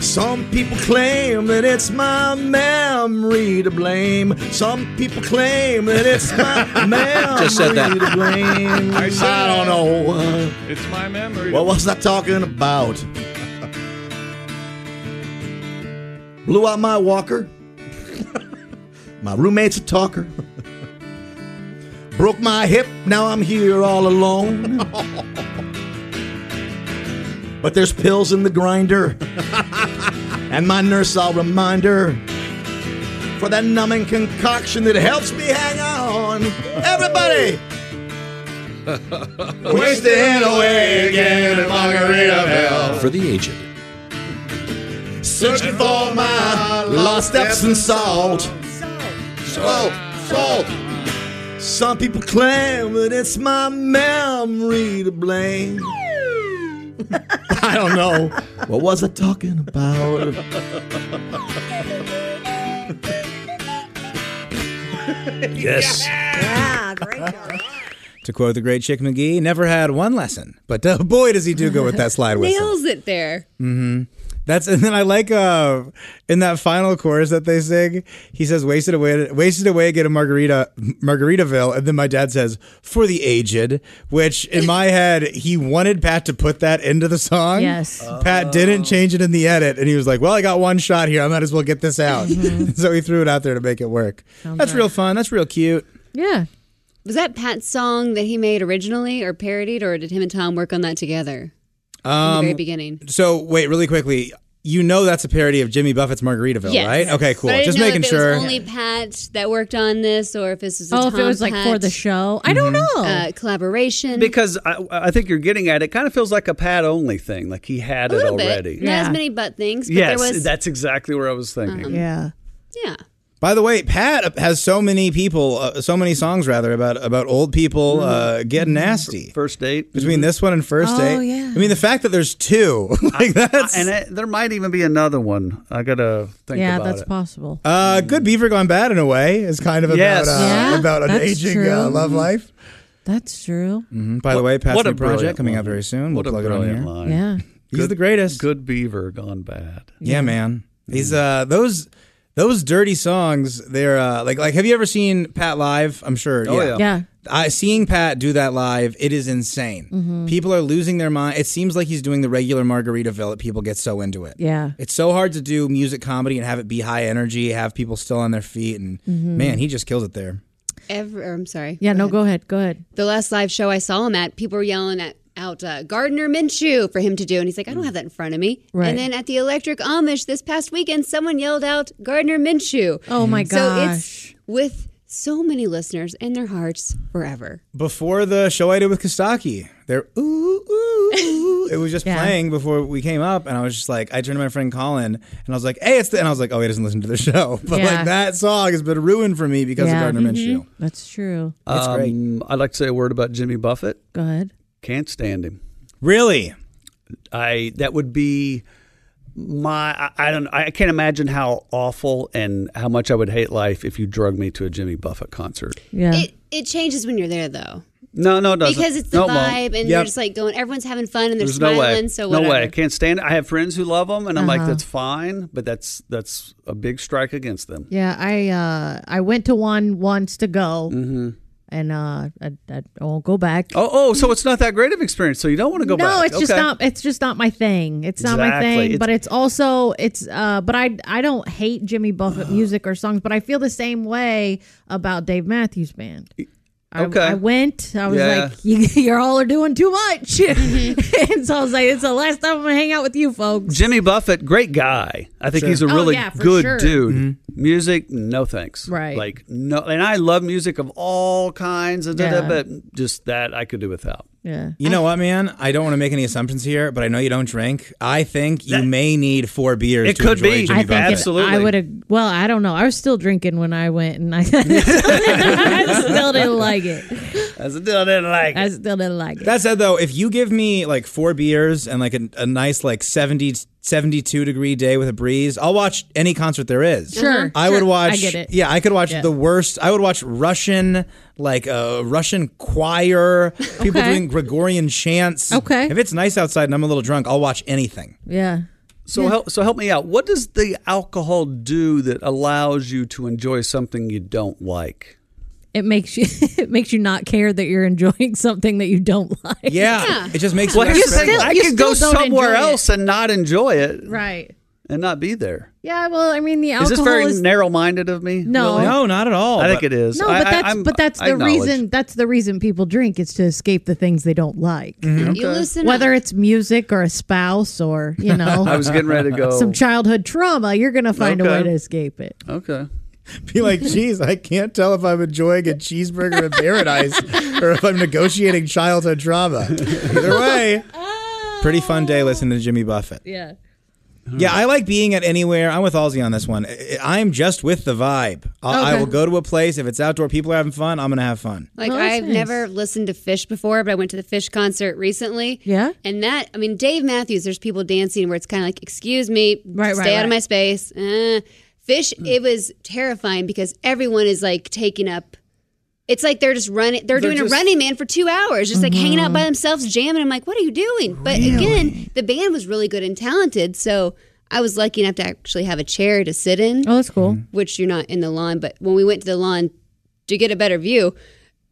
Some people claim that it's my memory to blame. Some people claim that it's my memory
Just said that.
to blame.
I said
I don't know.
It's my memory.
What was I talking about? Blew out my walker. my roommate's a talker. Broke my hip, now I'm here all alone. but there's pills in the grinder. and my nurse, I'll remind her for that numbing concoction that helps me hang on. Everybody!
Wasting away again in Margaritaville.
For the aged.
Searching for my lost Epsom salt. Salt, salt. Some people claim that it's my memory to blame. I don't know. What was I talking about?
Yes.
Yeah,
To quote the great Chick McGee, never had one lesson, but uh, boy does he do go with that slide whistle.
Nails it there.
Mm-hmm. That's and then I like uh in that final chorus that they sing, he says wasted away wasted away get a margarita Margaritaville and then my dad says for the aged, which in my head he wanted Pat to put that into the song.
Yes.
Pat didn't change it in the edit and he was like, "Well, I got one shot here. I might as well get this out." so he threw it out there to make it work.
Mm-hmm. Sounds
That's
right.
real fun. That's real cute.
Yeah. Was that Pat's song that he made originally or parodied, or did him and Tom work on that together in the very beginning?
Um, So wait, really quickly, you know that's a parody of Jimmy Buffett's Margaritaville,
Yes.
right? Okay, cool.
But I didn't
Just
know
making
if it
sure.
Was only Pat that worked on this, or if this was a
Oh, if it
Tom
was, like, for
Pat,
the show? I don't Mhm. know.
uh, collaboration.
Mm-hmm. Because I, I think you're getting at it. Kind of feels like a Pat only thing. Like he had
a
it
little
already.
bit, not as many butt things. But
yes,
there was,
that's exactly where I was thinking.
Um, Yeah. yeah.
By the way, Pat has so many people, uh, so many songs rather about about old people uh, getting nasty.
First date
between this one and first
Mm-hmm. Oh,
date.
yeah.
I mean, the fact that there's two like that's
and it, there might even be another one. I gotta think
yeah,
about
that's
it.
possible.
uh,
Mm.
good beaver gone bad in a way is kind of about
Yes.
uh,
Yeah,
about an
that's
aging
true.
uh, love life.
That's true.
Mm-hmm. Mhm. By the way, Pat's new project coming out very soon. We'll plug it on here.
Yeah.
He's the greatest.
Good Beaver gone bad. Mm.
Yeah, man. These uh those those dirty songs, they're uh like like have you ever seen Pat live? I'm sure.
Oh, yeah. Yeah.
I seeing Pat do that live, it is insane.
Mhm.
People are losing their mind. It seems like he's doing the regular Margaritaville that people get so into it.
Yeah.
It's so hard to do music comedy and have it be high energy, have people still on their feet and
Mhm.
man, he just kills it there.
Every, or, I'm sorry.
Yeah, no, go ahead. Go ahead.
The last live show I saw him at, people were yelling at out uh, Gardner Minshew for him to do, and he's like, I don't have that in front of me.
Right.
And then at the Electric Amish this past weekend, someone yelled out Gardner Minshew.
Oh, my
So it's with so many listeners in their hearts forever.
Before the show I did with Kostaki, there ooh ooh, it was just playing before we came up, and I was just like, I turned to my friend Colin, and I was like, "Hey, it's," the, and I was like, "Oh, he doesn't listen to the show." But
Yeah.
like that song has been ruined for me because
Yeah.
of Gardner
Mhm.
Minshew.
That's true.
It's great.
Um, I'd like to say a word about Jimmy Buffett.
Go ahead.
Can't stand him.
Really?
I that would be my I, I don't I can't imagine how awful and how much I would hate life if you drug me to a Jimmy Buffett concert.
Yeah.
It, it changes when you're there, though.
No, no, it doesn't.
Because it's the
No, it won't.
vibe,
Yep.
and you're just like going, everyone's having fun, and they're
There's
smiling,
no way.
so
no
whatever.
way. I can't stand it. I have friends who love them, and I'm like,
Uh-huh.
that's fine, but that's that's a big strike against them.
Yeah, I uh I went to one once to go,
hmm
and uh I, I won't go back.
Oh, oh, so it's not that great of experience. So you don't want to go
no,
back.
it's just
Okay.
not. It's just not my thing. It's not my
Exactly.
thing.
It's-
but it's also it's. uh But I I don't hate Jimmy Buffett music or songs, but I feel the same way about Dave Matthews Band. I,
Okay.
I went. I was
Yeah.
like, you, "You're all are doing too much,"
Mm-hmm.
and so I was like, "It's the last time I'm gonna hang out with you folks."
Jimmy Buffett, great guy. I think
Sure.
he's a
Oh,
really
yeah, for
good
sure.
dude.
Mm-hmm.
Music, no thanks.
Right.
Like no, and I love music of all kinds, and da- da-
Yeah.
but
Mm-hmm.
just that I could do without.
Yeah.
You know what, man? I don't want to make any assumptions here, but I know you don't drink. I think you may need four beers.
It
to
could
enjoy
be.
Jimmy
I think it-
Buffett.
Absolutely.
I would have. Well, I don't know. I was still drinking when I went, and I, I still didn't like it.
I still didn't like
I still didn't like it.
That said, though, if you give me like four beers and like a, a nice like 70, 72 degree day with a breeze, I'll watch any concert there is.
Sure,
I
sure.
would watch.
I get it.
Yeah, I could watch
Yeah.
the worst. I would watch Russian, like uh, Russian choir, people
Okay.
doing Gregorian chants. Okay. If it's nice outside and I'm a little drunk, I'll watch anything.
Yeah.
So
Yeah.
help, so help me out. What does the alcohol do that allows you to enjoy something you don't like?
It makes you. It makes you not care that you're enjoying something that you don't like.
it just makes
well,
it
here's
less
the thing.
stressful.
I
You
could go
still don't
somewhere
enjoy it.
else and not enjoy it
Right.
and not be there.
Yeah. Well, I mean, the
Is
alcohol
this very
is-
narrow-minded of me?
No.
Lily?
No,
not at all.
I
but-
think it is.
No,
I-
but
I-
that's
I'm-
but that's
I
the
acknowledge.
reason. That's the reason people drink. It's to escape the things they don't like.
Mhm. You Okay.
loosen
Whether it's music or a spouse or you know,
I was getting ready to go-
some childhood trauma. You're gonna find a way
Okay.
to escape it.
Okay.
Be like, geez, I can't tell if I'm enjoying a cheeseburger in paradise or if I'm negotiating childhood trauma. Either way, pretty fun day listening to Jimmy Buffett.
Yeah.
Yeah, I like being at anywhere. I'm with Halsey on this one. I- I am just with the vibe. I, I
Okay.
will go to a place if it's outdoor. People are having fun. I'm gonna have fun.
Like
Oh, that's
I've
nice.
never listened to Fish before, but I went to the Fish concert recently.
Yeah?
and that I mean Dave Matthews. There's people dancing where it's kind of like, excuse me,
Right,
stay
right,
out of
right. Hmm.
my space. Eh. Fish. It was terrifying because everyone is like taking up. It's like they're just running. They're,
They're
doing
just- Mm-hmm.
a running man for two hours, just like hanging out by themselves, jamming. I'm like, what are you doing? But again, the band was really good and talented, so. I was lucky enough to actually have a chair to sit in.
Oh, that's cool.
Which you're not in the lawn, but when we went to the lawn to get a better view,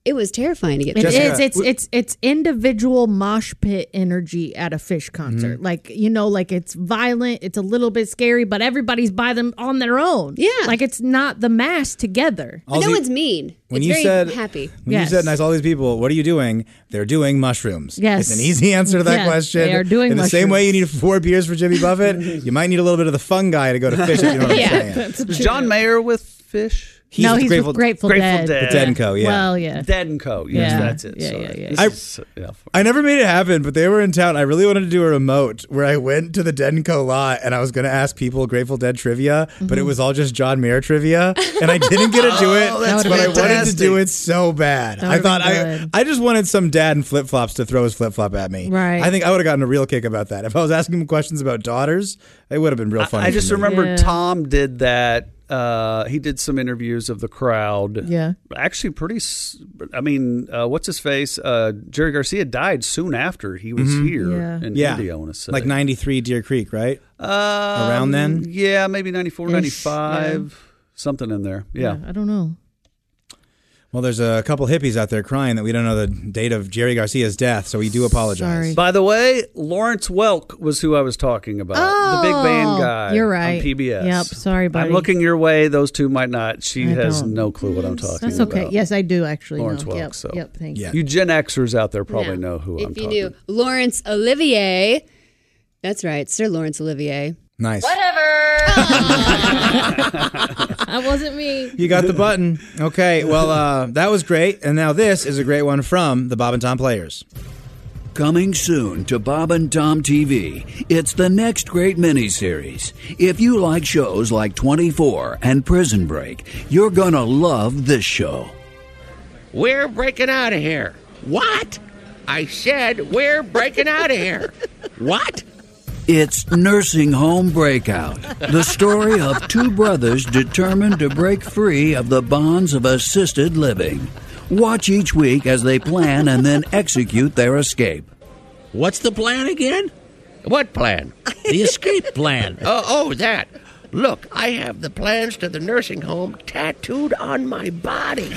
it was terrifying to get.
It
to.
is. It's it's it's individual mosh pit energy at a fish concert.
Mm-hmm.
Like you know, like it's violent. It's a little bit scary, but everybody's by them on their own. Yeah. Like it's not the mass together.
But no Ozzy, one's
mean.
When you said when
yes.
you said nice, all these people, what are you doing? They're doing mushrooms.
Yes.
it's an easy answer to that
Yes,
question.
they are doing
In the same way you need four beers for Jimmy Buffett, you might need a little bit of the fungi to go to fish. if you know what I'm saying.
Is John Mayer with Fish?
He's
no,
with
he's
Grateful-
with Grateful,
Grateful
Dead.
Dead. With Dead and Co., yeah.
Well, yeah.
Dead and Co. Yes,
Yeah.
that's it.
Yeah,
Sorry.
yeah, yeah.
This
I-
is- yeah.
I never made it happen, but they were in town. I really wanted to do a remote where I went to the Denko lot and I was going to ask people Grateful Dead trivia, but it
Mm-hmm.
was all just John Mayer trivia, and I didn't get to do it.
Oh, that's
but I wanted to
fantastic.
do it so bad.
That
I
would've
thought
been
I I just wanted some dad in flip flops to throw his flip flop at me.
Right.
I think I would have gotten a real kick about that if I was asking him questions about daughters. It would have been real funny.
I just
for me.
remember Tom did that uh, he did some interviews of the crowd.
Yeah.
Actually, pretty. s- I mean, uh, what's his face? Uh, Jerry Garcia died soon after he was
Mhm.
here
Yeah.
in
Yeah.
India. I want to say
Like 93 Deer Creek, right?
Um,
Around then?
Yeah, maybe 94,
Ish,
95, something in there. Yeah.
I don't know.
Well, there's a couple hippies out there crying that we don't know the date of Jerry Garcia's death, so we do apologize.
By the way, Lawrence Welk was who I was talking about. the big band
Oh,
guy.
you're right.
On PBS.
Yep, sorry, buddy.
I'm looking your way. Those two might not. She
I
has
don't.
no clue what I'm talking
That's okay.
about.
Yes, I do actually.
Lawrence
know.
Welk.
Yep.
so.
Yep. Thank you.
You Gen Xers out there probably know who I'm
If you
talking
knew Lawrence Olivier, that's right, Sir Lawrence Olivier.
Nice.
That wasn't me.
You got the button. Okay, well, uh, that was great. And now this is a great one from the Bob and Tom Players.
Coming soon to Bob and Tom TV, it's the next great miniseries. If you like shows like 24 and Prison Break, you're gonna love this show.
We're breaking out of here. What? I said we're breaking out of here. What?
It's Nursing Home Breakout, the story of two brothers determined to break free of the bonds of assisted living. Watch each week as they plan and then execute their escape.
What's the plan again? What plan? The escape plan. oh, oh, that. Look, I have the plans to the nursing home tattooed on my body.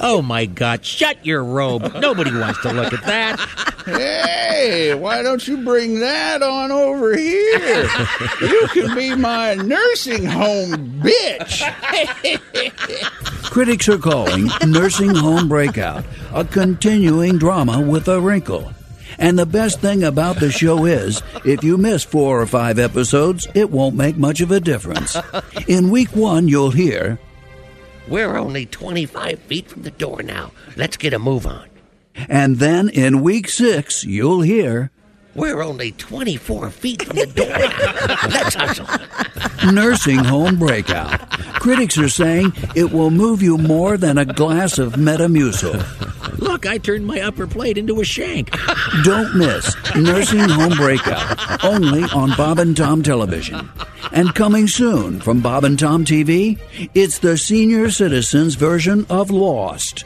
Oh my God! Shut your robe. Nobody wants to look at that.
Hey, why don't you bring that on over here? You can be my nursing home bitch.
Critics are calling Nursing Home Breakout a continuing drama with a wrinkle. And the best thing about the show is, if you miss four or five episodes, it won't make much of a difference. In week one, you'll hear
We're only 25 feet from the door now. Let's get a move on.
And then in week six, you'll hear
We're only 24 feet from the door now. Let's hustle.
Nursing Home Breakout. Critics are saying it will move you more than a glass of Metamucil.
Look, I turned my upper plate into a shank.
Don't miss Nursing Home Breakout, only on Bob and Tom Television. And coming soon from Bob and Tom TV, it's the senior citizens version of Lost.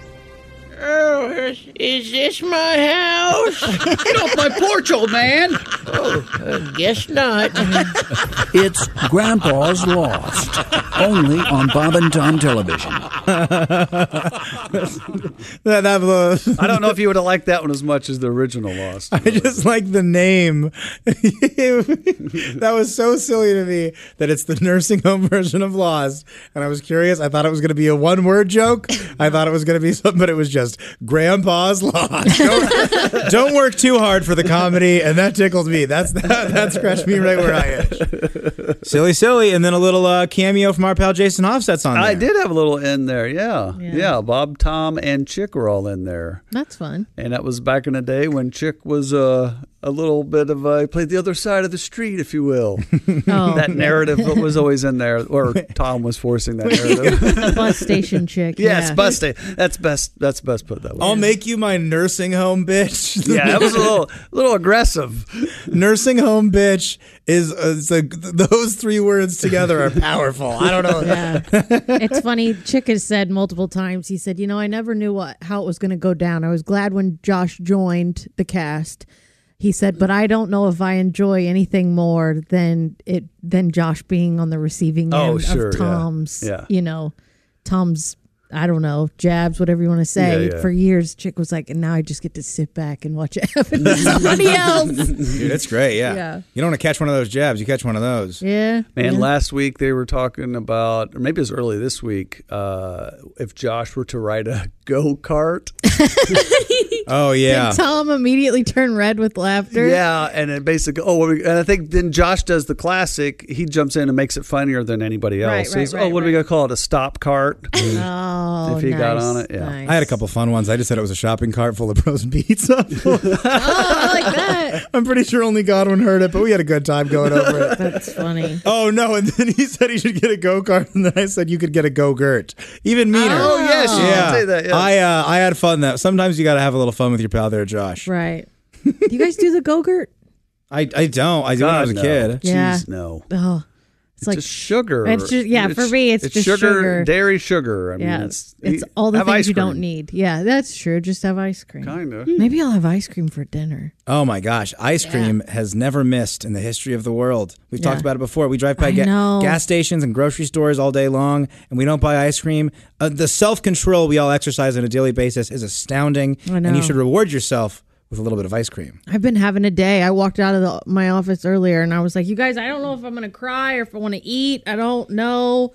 Oh, is, is this my house? Get off my porch, old man. Oh, uh, guess not.
It's Grandpa's Lost, only on Bob and Tom Television.
about. I don't know if you would have liked that one as much as the original Lost.
I just like the name. that was so silly to me that it's the nursing home version of Lost. And I was curious. I thought it was going to be a one word joke. I thought it was going to be something, but it was just Grandpa's Lost. Don't, don't work too hard for the comedy. And that tickled me. That's that, that scratched me right where I am. Silly, silly. And then a little uh, cameo from our pal Jason Hofstadt's on there.
I did have a little in there, yeah.
Yeah.
yeah. Bob, Tom, and Chick were all in there.
That's fun.
And that was back in the day when Chick was uh, a little bit of a, he played the other side of the street, if you will.
Oh.
That narrative that was always in there, or Tom was forcing that narrative.
Bus station chick.
yes,
yeah.
bus day. That's best. That's best put that way.
I'll make you my nursing home bitch.
Yeah, that was a little, little aggressive.
Nursing home bitch is uh, it's a, those three words together are powerful. I don't know.
Yeah. it's funny. Chick has said multiple times. He said, "You know, I never knew what how it was going to go down. I was glad when Josh joined the cast." He said, "But I don't know if I enjoy anything more than it than Josh being on the receiving
Oh,
end
sure,
of
yeah.
Tom's,
Yeah.
you know, Tom's." I don't know, jabs, whatever you want to say.
Yeah, yeah.
For years, Chick was like, and now I just get to sit back and watch it happen to somebody else.
Dude, it's great. Yeah.
Yeah.
You don't want to catch one of those jabs. You catch one of those.
Yeah.
Man,
yeah.
last week they were talking about, or maybe it was early this week, uh, if Josh were to ride a go kart.
oh
Did Tom immediately turn red with laughter?
Yeah, and it basically. Oh, what we- and I think then Josh does the classic. He jumps in and makes it funnier than anybody else.
Right,
He's,
right,
oh,
right,
what are we gonna call it? A stop cart?
Oh,
if he got
nice,
on it, yeah.
nice.
I had a couple fun ones. I just said it was a shopping cart full of frozen pizza.
Oh,
I'm pretty sure only Godwin heard it, but we had a good time going over it.
That's funny.
Oh no! And then he said he should get a go kart, and then I said you could get a go gurt. Even meaner.
Oh, yes, you did say that, yes.
I uh, I had fun though. Sometimes you got to have a little fun with your pal there, Josh.
Right. do you guys do the go-gurt?
I I don't. I do when I was a
no.
kid.
Yeah.
Jeez, no.
Oh. It's like
just sugar.
It's just yeah. for me, it's, just sugar.
dairy, sugar. I mean,
yeah,
it's,
it's all the
have
things
ice
you don't
cream.
need. Yeah, that's true. Just have ice cream.
Kinda.
Maybe I'll have ice cream for dinner.
Oh my gosh, ice cream has never missed in the history of the world. We've
Yeah.
talked about it before. We drive by
I
ga-
know.
gas stations and grocery stores all day long, and we don't buy ice cream. Uh, the self control we all exercise on a daily basis is astounding,
I
and
know.
you should reward yourself with a little bit of ice cream.
I've been having a day. I walked out of the, my office earlier and I was like, "You guys, I don't know if I'm gonna cry or if I want to eat. I don't know.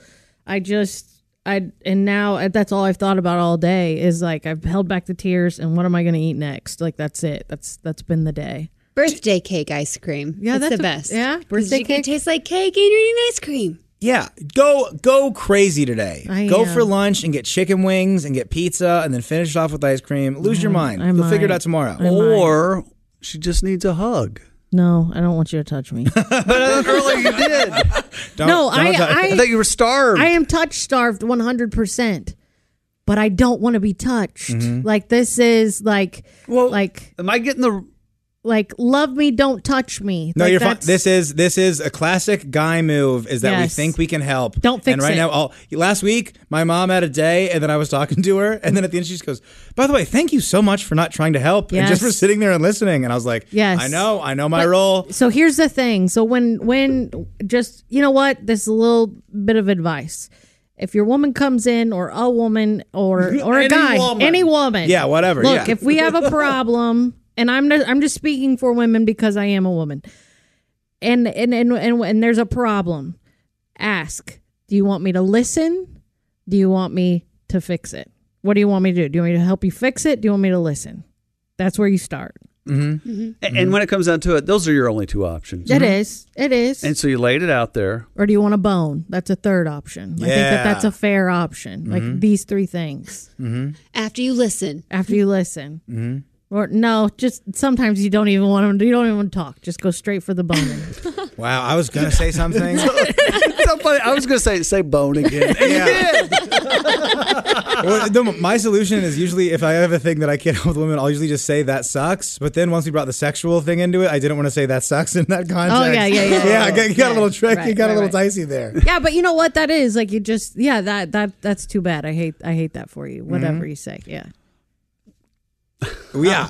I just." I and now uh, that's all I've thought about all day is like I've held back the tears and what am I going to eat next? Like that's it. That's that's been the day.
Birthday cake ice cream.
Yeah,
it's
that's
the
a-
best.
yeah,
'Cause
birthday
you Can taste like cake and you're eating ice cream.
Yeah, go go crazy today.
I
go
am.
for lunch and get chicken wings and get pizza, and then finish it off with ice cream. Lose your mind. You'll figure it out tomorrow.
Or she just needs a hug.
No, I don't want you to touch me.
Mm-hmm. Earlier you did.
Don't- No, don't I- touch- I-
thought you were starved.
I am touch starved 100%, but I don't want to be touched.
Mhm.
Like this is like
well,
like
am I getting the
like love me don't touch me.
No,
Like,
you're fine.
that's-
This is this is a classic guy move. Is that we
Yes.
think we can help?
Don't fix
And right
it.
now, all last week, my mom had a day, and then I was talking to her, and then at the end, she just goes, "By the way, thank you so much for not trying to help and just for
Yes.
sitting there and listening." And I was like,
Yes.
I know, I know my
But-
role."
So here's the thing. So when when just you know what, this is a little bit of advice. If your woman comes in or a woman or or a
Any
guy,
woman.
any woman.
Yeah, whatever,
Look,
yeah.
if we have a problem and I'm not, I'm just speaking for women because I am a woman. And and and and, and there's a problem. Ask, do you want me to listen? Do you want me to fix it? What do you want me to do? Do you want me to help you fix it? Do you want me to listen? That's where you start.
Mm-hmm. And, when it comes down to it, those are your only two options.
Mm-hmm.
Mm-hmm.
It is. It is.
And so you laid it out there.
or do you want a bone? That's a third option. I think
Yeah.
that that's a fair option.
Mhm.
Like these three things
Mm-hmm.
After you listen.
after you listen.
Mm-hmm.
Or no, just sometimes you don't even want to. You don't even want to talk. Just go straight for the bone.
Wow, I was gonna say something.
So funny. I was going to say say bone again.
Well, no, my solution is usually if I have a thing that I can't help with women, I'll usually just say that sucks. But then once we brought the sexual thing into it, I didn't want to say that sucks in that context.
Oh, yeah, yeah, yeah,
yeah. I
yeah.
got, you got a little trick. you
right,
got a
right,
little
right.
dicey there.
yeah, but you know what that is? Like you just yeah that that that's too bad. I hate I hate that for you. Whatever
Mhm.
you say, yeah.
Yeah,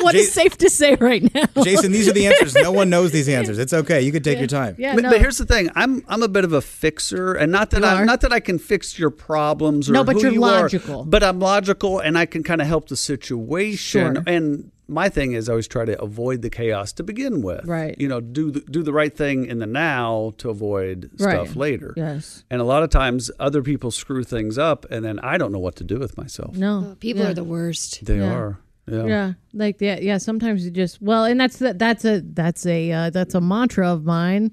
what is safe to say right now,
Jason, these are the answers. No one knows these answers. It's okay. You can take your time.
Yeah,
but,
no.
but here's the thing: I'm I'm a bit of a fixer, and not that I'm not that I can fix your problems or
No, but
who
you're
you are,
logical.
but I'm logical, and I can kind of help the situation.
Sure.
And my thing is, I always try to avoid the chaos to begin with.
Right.
You know, do the, do the right thing in the now to avoid
Right.
stuff later.
Yes.
And a lot of times, other people screw things up, and then I don't know what to do with myself.
No,
people
yeah.
are the worst.
They
Yeah.
are.
Yeah.
Yeah.
like yeah, yeah. Sometimes you just well, and that's the, that's a that's a uh, that's a mantra of mine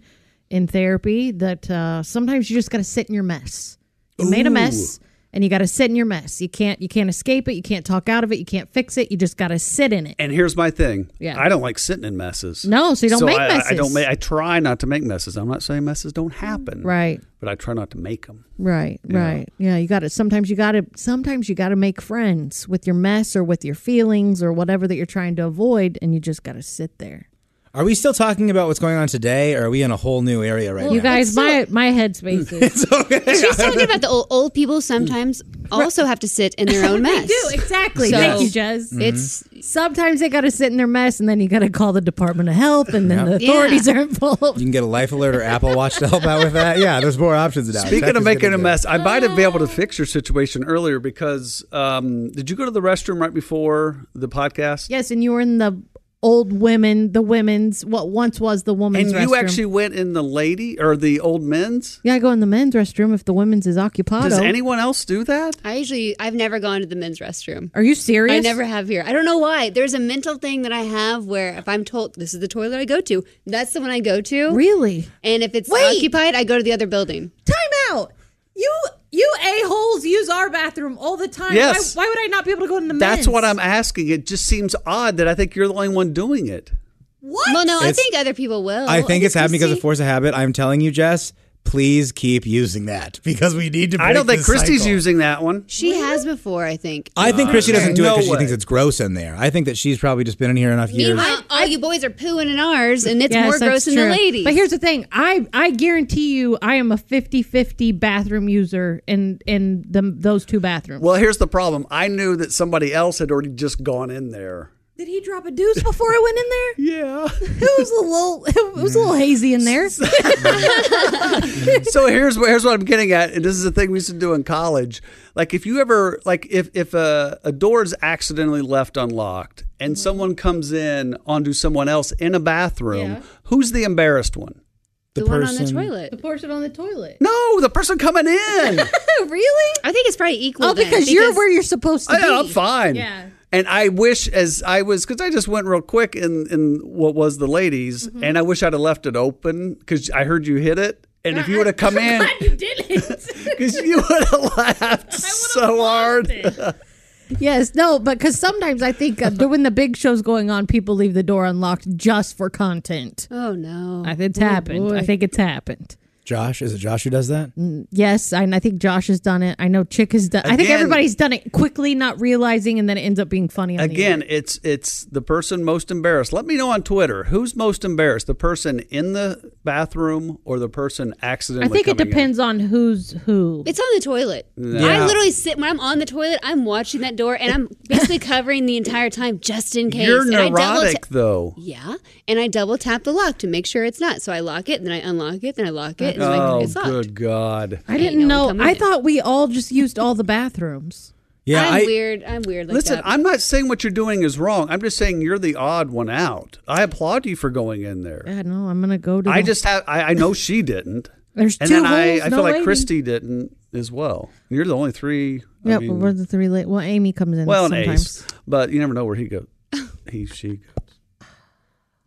in therapy that uh, sometimes you just got to sit in your mess. You made a mess, and you got to sit in your mess. You can't you can't escape it. You can't talk out of it. You can't fix it. You just got to sit in it.
And here's my thing.
Yeah.
I don't like sitting in messes.
No, so you don't make
I, I- I don't
messes.
make. I try not to make messes. I'm not saying messes don't happen.
Right.
But I try not to make them.
Right, right. Yeah, you got to sometimes you got to sometimes you got to make friends with your mess or with your feelings or whatever that you're trying to avoid and you just got to sit there.
Are we still talking about what's going on today, or are we in a whole new area right
you
now?
guys, my my headspace is
She's talking about the old, old people sometimes also have to sit in their own mess.
do, exactly. Thank you, Jez. Mm-hmm.
It's
Sometimes they got to sit in their mess, and then you got to call the Department of Health, and then
Yep.
the authorities are involved.
You can get a Life Alert or Apple Watch to help out with that. Yeah, there's more options now.
Speaking
Tech
of
is
making
getting
a
good.
mess, I might have been able to fix your situation earlier because um, did you go to the restroom right before the podcast?
Yes, and you were in the old women, the women's, what once was the woman's
And you
restroom.
actually went in the lady or the old men's?
yeah, I go in the men's restroom if the women's is occupied.
Does anyone else do that?
I usually I've never gone to the men's restroom.
Are you serious?
I never have here. I don't know why. There's a mental thing that I have where if I'm told this is the toilet I go to, that's the one I go to.
Really?
And if it's
Wait.
occupied, I go to the other building.
Time out. You you a holes use our bathroom all the time.
Yes.
Why, why would I not be able to go in the
That's
men's?
what I'm asking. It just seems odd that I think you're the only one doing it.
What? Well, no, I
It's-
think other people will.
Oh,
I think it's happening because
of.
of force of habit. I'm telling you, Jess. Please keep using that because we need to.
I don't
break this
think Christy's
cycle.
using that one.
She has before, I think.
I think Christy doesn't do it
Uh, No
because she
way.
thinks it's gross in there. I think that she's probably just been in here enough years.
Meanwhile, all Uh-uh, you boys are pooing in ours, and it's
Yes,
more
that's
gross than the
true.
ladies.
But here's the thing. I I guarantee you I am a 50-50 bathroom user in in the, those two bathrooms.
Well, here's the problem. I knew that somebody else had already just gone in there.
Did he drop a deuce before I went in
there? Yeah.
It was a little it was a little hazy in there.
so here's what here's what I'm getting at, and this is the thing we used to do in college. Like if you ever like if if a, a door is accidentally left unlocked and someone comes in onto someone else in a bathroom, who's the embarrassed one?
The,
toilet.
The person on the toilet.
No, the person coming in.
really?
I think it's probably equal.
Oh,
then,
because you're where you're supposed to
I,
be.
I'm fine.
Yeah.
And I wish as I was because I just went real quick in in what was the ladies, and I wish I'd have left it open because I heard you hit it. And if you would have come in,
you didn't.
because you would have laughed so hard.
Yes, no, but because sometimes I think uh, when the big show's going on, people leave the door unlocked just for content.
Oh no,
I think it's
Oh,
happened.
boy.
I think it's happened.
Josh, is it Josh who does that?
Yes, I, I think Josh has done it. I know Chick has done. I think
Again-
everybody's done it quickly, not realizing, and then it ends up being funny. On the
Again,
air.
it's it's the person most embarrassed. Let me know on Twitter who's most embarrassed: the person in the bathroom or the person
I
accidentally.
think it
coming in?
depends on who's who.
It's on the toilet.
No.
I literally sit when I'm on the toilet. I'm watching that door, and I'm basically covering the entire time just in case.
You're
and I double
neurotic,
ta-
though.
yeah, and I double tap the lock to make sure it's not. So I lock it, and then I unlock it, then I lock it, and then I-
Oh,
it's locked.
good God!
I didn't know. I thought we all just used all the bathrooms.
Yeah,
I'm
I-
weird. I'm weird like
Listen,
that.
I'm not saying what you're doing is wrong. I'm just saying you're the odd one out. I applaud you for going in there.
Yeah, no, Oh, I'm gonna go to.
I
the-
just have. I, I know she didn't.
There's
and
two
then I,
holes,
I
no
feel like
lady.
Christy didn't as well. You're the only three. I
Yeah,
mean-
we're the three late. Well, Amy comes in.
well, an
sometimes.
ace, but you never know where he goes. He, she goes.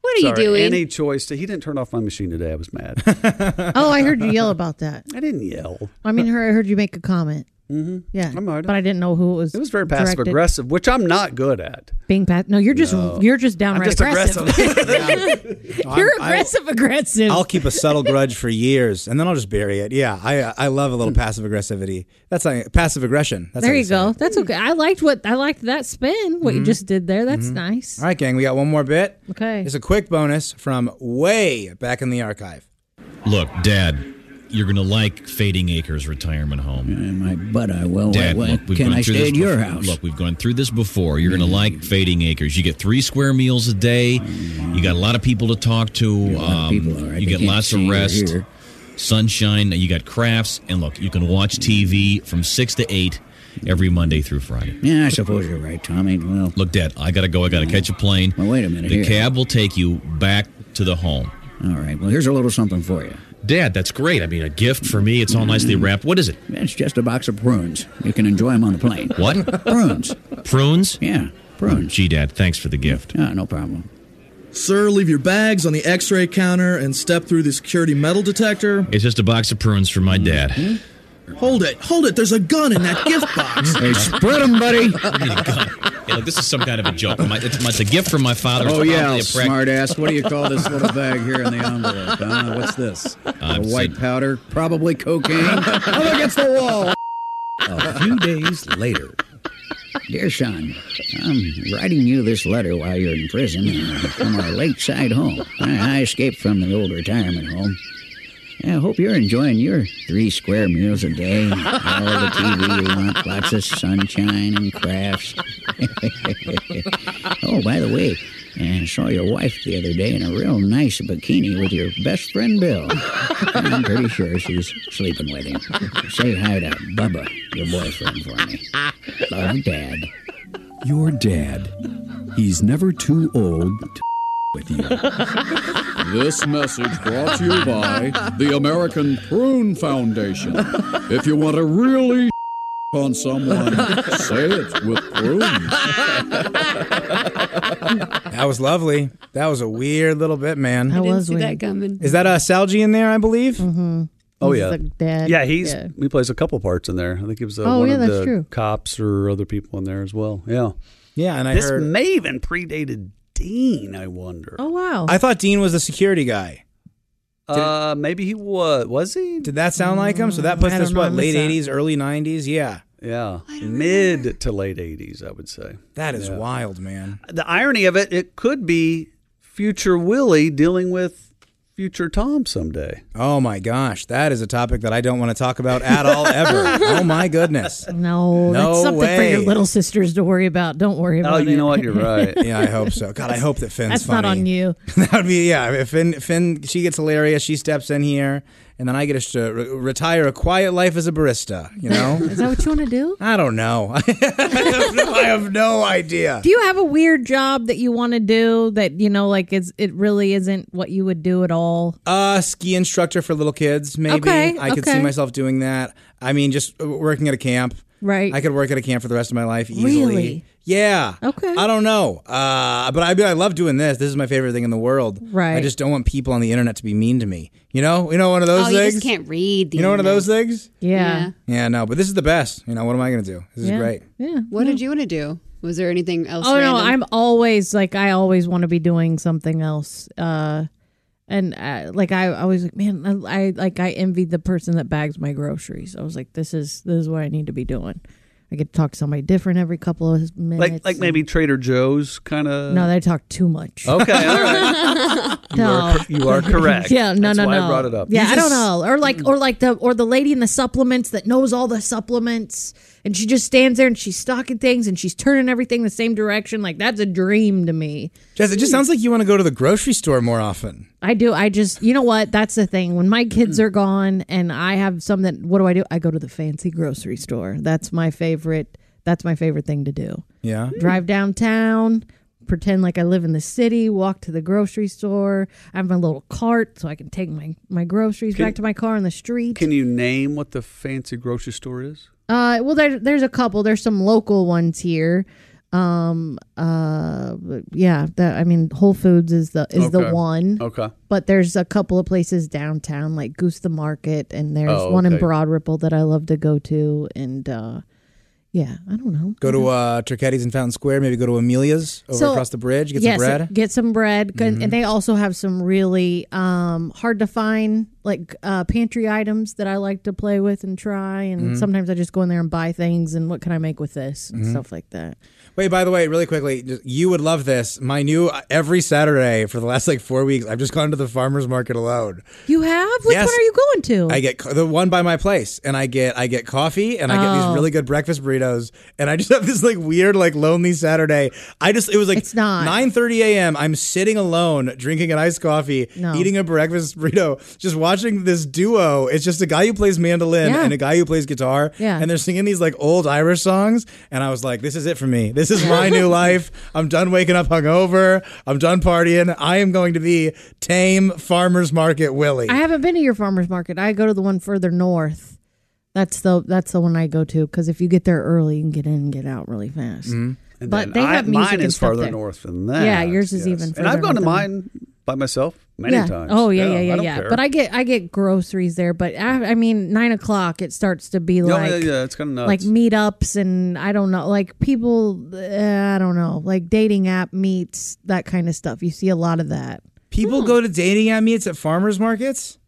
What are you doing?
Any choice to? He didn't turn off my machine today. I was mad.
Oh, I heard you yell about that.
I didn't yell.
I mean, her. I heard you make a comment.
Mm-hmm.
Yeah, but I didn't know who it was. It was
Very passive aggressive, which I'm not good at.
Being passive. No, you're just
No.
you're just downright
I'm just aggressive.
you're
I'm- I-
aggressive aggressive.
I'll keep a subtle grudge for years, and then I'll just bury it. Yeah, I I love a
Mm.
little passive aggressivity. That's like passive aggression. That's
there
how
you go. That's okay. I liked what I liked that spin. What you
Mm-hmm.
Mhm.
just did there. That's
Mhm.
nice.
All right, gang, we got one more bit.
Okay.
It's a quick bonus from way back in the archive.
Look, Dad, you're gonna like Fading Acres Retirement Home. my butt, I will. Dad,
Wait, wait,
look, we've
can
gone
I
through
stay
this
at your
before-
house?
Look, we've gone through this before. You're gonna like Fading Acres. You get three square meals a day. You got a lot of people to talk to. Um, you get
can't
lots
see
of
or
rest,
hear.
sunshine. You got crafts, and look, you can watch TV from six to eight every Monday through Friday.
Yeah, I suppose you're right, Tommy. Well,
Look, Dad, I gotta go. I gotta catch a plane. Well, wait a minute. The
here.
cab will take you back to the home.
all right. Well, here's a little something for you. Mm-hmm.
Dad, that's great. I mean, a gift for me. It's all nicely wrapped. What is it?
It's just a box of prunes. You can enjoy them on the plane.
What?
Prunes.
Prunes?
Yeah, prunes.
Gee, Dad, thanks for the gift.
Yeah, Ah, no problem.
Sir, leave your bags on the x ray counter and step through the security metal detector.
It's just a box of prunes for my dad.
Mm-hmm.
Hold it, hold it, there's a gun in that gift box.
Hey,
spread them, buddy.
Yeah, look, this is some kind of a joke. My, it's, it's a gift from my father. It's
Oh yeah,
probably a prac-
smartass. What do you call this little bag here in the envelope? Uh, what's this?
I've
A white powder, probably cocaine. Up against the wall. A few days later. Dear son, I'm writing you this letter while you're in prison uh, from our lakeside home. I, I escaped from the old retirement home. I hope you're enjoying your three square meals a day, all the TV you want, lots of sunshine and crafts. oh, by the way, I saw your wife the other day in a real nice bikini with your best friend Bill. I'm pretty sure she's sleeping with him. Say hi to Bubba, your boyfriend, for me. Love, Dad.
Your dad. He's never too old to with you. This message brought to you by the American Prune Foundation. If you want to really on someone, say it with prunes.
That was lovely. That was a weird little bit, man.
I didn't see that coming.
Is that a uh, Salgy in there? I believe. Mm-hmm.
Oh
He's
yeah,
the dad.
yeah. He's
Yeah.
he plays a couple parts in there. I think he was uh,
Oh,
one
yeah,
of
that's
the
true.
cops or other people in there as well. Yeah,
yeah. And I
this
heard-
may even predated Dean. I wonder.
Oh wow.
I thought Dean was the security guy.
Uh, maybe he was. Was he?
Did that sound like him? So
Mm,
that puts us what late '80s, early '90s. Yeah.
Yeah, mid to late '80s, I would say.
That is
Yeah.
wild, man.
The irony of it, it could be future Willie dealing with future Tom someday.
Oh my gosh, that is a topic that I don't want to talk about at all ever. oh my goodness.
No, that's
No
something for
way. Oh,
your little sisters to worry about. Don't worry
Oh,
about it.
yeah, I hope so. God, I hope that Finn's
That's
funny.
not on you.
that would be yeah. If Finn, Finn, she gets hilarious. She steps in here, and then I get to re- retire a quiet life as a barista. You know,
Is that what you want to do?
I don't know. I have no, I have no idea.
Do you have a weird job that you want to do that you know, like it's it really isn't what you would do at all?
Uh, ski instructor for little kids, maybe.
Okay,
I could see
okay.
myself doing that. I mean, just uh, working at a camp.
Right.
I could work at a camp for the rest of my life easily.
Really?
Yeah.
Okay.
I don't know. Uh, but I mean, I love doing this. This is my favorite thing in the world.
Right.
I just don't want people on the internet to be mean to me. You know? You know one of those
oh, you
things?
just can't read. The
You know one of those things?
Yeah.
Yeah, no, but this is the best. You know, what am I going to do? This is great.
Yeah.
What did you want to do? Was there anything else?
Oh
random?
no, I'm always like I always want to be doing something else. Uh and uh, like I, I was like, man, I, I like I envied the person that bags my groceries. I was like, this is this is what I need to be doing. I get to talk to somebody different every couple of minutes.
Like, like maybe Trader Joe's kind of.
no, they talk too much.
Okay, all
right.
You are
no,
cor- you are correct.
Yeah, no,
That's
no,
why I
no.
brought it up.
Yeah,
You
I don't
just-
know, or like, or like the or the lady in the supplements that knows all the supplements, and she just stands there and she's stocking things and she's turning everything the same direction. Like that's a dream to me.
Jess, it just sounds like you want to go to the grocery store more often.
I do. I just, you know what? That's the thing. When my kids are gone and I have some that, what do I do? I go to the fancy grocery store. That's my favorite. That's my favorite thing to do.
Yeah.
Mm. Drive downtown, pretend like I live in the city, walk to the grocery store. I have my little cart so I can take my, my groceries
Can-
back to my car on the street.
Can you name what the fancy grocery store is?
Uh, well, there, there's a couple. There's some local ones here. Um, uh, but yeah. That I mean, Whole Foods is the is the
Okay.
one.
Okay.
But there's a couple of places downtown, like Goose the Market, and there's
Oh,
one in
okay.
Broad Ripple that I love to go to. And uh, yeah, I don't know.
Go to uh, Turchetti's in Fountain Square. Maybe go to Amelia's over
Mm-hmm. So-
across the bridge. Get
yes,
some bread.
Get some bread. Good-
Mhm.
And they also have some really um, hard to find like uh, pantry items that I like to play with and try. And
Mhm.
sometimes I just go in there and buy things and what can I make with this and
Mhm.
stuff like that.
Wait, by the way, really quickly, just- you would love this. My new uh, every Saturday for the last like four weeks, I've just gone to the farmers market alone.
You have? Which
Yes.
one are you going to?
I get co- the one by my place, and I get I get coffee, and I get
Oh.
these really good breakfast burritos, and I just have this like weird like lonely Saturday. I just it was like
It's not.
nine thirty a.m. I'm sitting alone, drinking an iced coffee,
No.
eating a breakfast burrito, just watching this duo. It's just a guy who plays mandolin
Yeah.
and a guy who plays guitar,
Yeah.
and they're singing these like old Irish songs, and I was like, this is it for me. This is my new life. I'm done waking up hungover. I'm done partying. I am going to be tame farmers market Willie.
I haven't been to your farmers market. I go to the one further north. That's the that's the one I go to because if you get there early, you can get in and get out really fast.
Mm-hmm.
And
But
then
they
I-
have music
mine
and
is
stuff
farther
there.
north than that.
Yeah, yours is even
And I've
further
gone to
north than-
mine by myself many
yeah.
times.
Oh yeah, yeah, yeah,
I
yeah.
don't care.
But I get I get groceries there. But I, I mean, nine o'clock it starts to be
No,
like
yeah, yeah, it's kinda nuts.
like meetups and I don't know, like people, uh, I don't know, like dating app meets that kind of stuff. You see a lot of that. Hmm.
People go to dating at meets at farmers markets.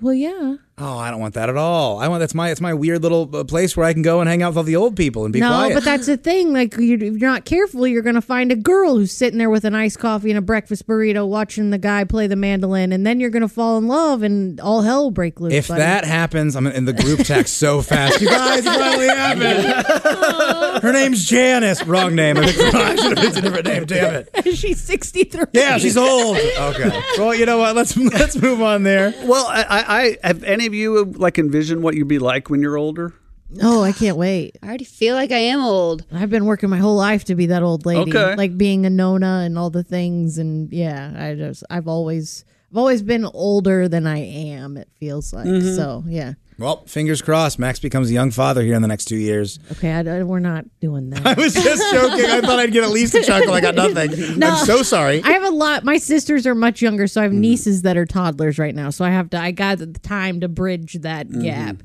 Well, yeah.
Oh, I don't want that at all. I want that's my it's my weird little uh, place where I can go and hang out with all the old people and be
no,
quiet.
but that's the thing. Like, you, if you're not careful, you're going to find a girl who's sitting there with an iced coffee and a breakfast burrito watching the guy play the mandolin, and then you're going to fall in love and all hell will break loose.
if
buddy.
that happens, I'm in the group text so fast. You guys, it finally happened. Her name's Janice. Wrong name. I think- I should have picked a different name. Damn it.
she's 63.
Yeah, she's old. Okay. Well, you know what? Let's let's move on there.
well, I, I, I have any of you like envisioned what you'd be like when you're older?
Oh, I can't wait.
I already feel like I am old.
I've been working my whole life to be that old lady,
Okay.
like being a nona and all the things, and yeah, I just I've always I've always been older than I am. It feels like
Mhm.
so. Yeah.
Well, fingers crossed. Max becomes a young father here in the next two years.
Okay, I, I- we're not doing that.
I was just joking. I thought I'd get at least a chuckle. I got nothing. I'm so sorry. Mm.
I have a lot. My sisters are much younger, so I have nieces that are toddlers right now. So I have to. I got the time to bridge that
Mm-hmm.
gap.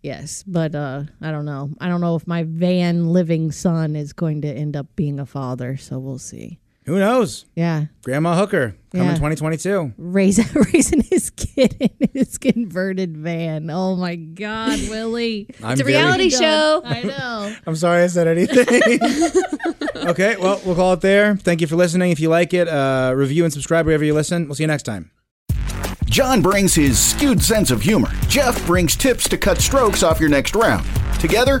Yes, but uh, I don't know. I don't know if my van living son is going to end up being a father. So we'll see.
Who knows?
Yeah.
Grandma Hooker coming
Yeah.
2022.
Raising, raising his kid in his converted van. Oh my God, Willie.
I'm It's a very- reality
show.
I know.
I'm sorry I said anything. okay, well, we'll call it there. Thank you for listening. If you like it, uh, review and subscribe wherever you listen. We'll see you next time.
John brings his skewed sense of humor. Jeff brings tips to cut strokes off your next round. Together,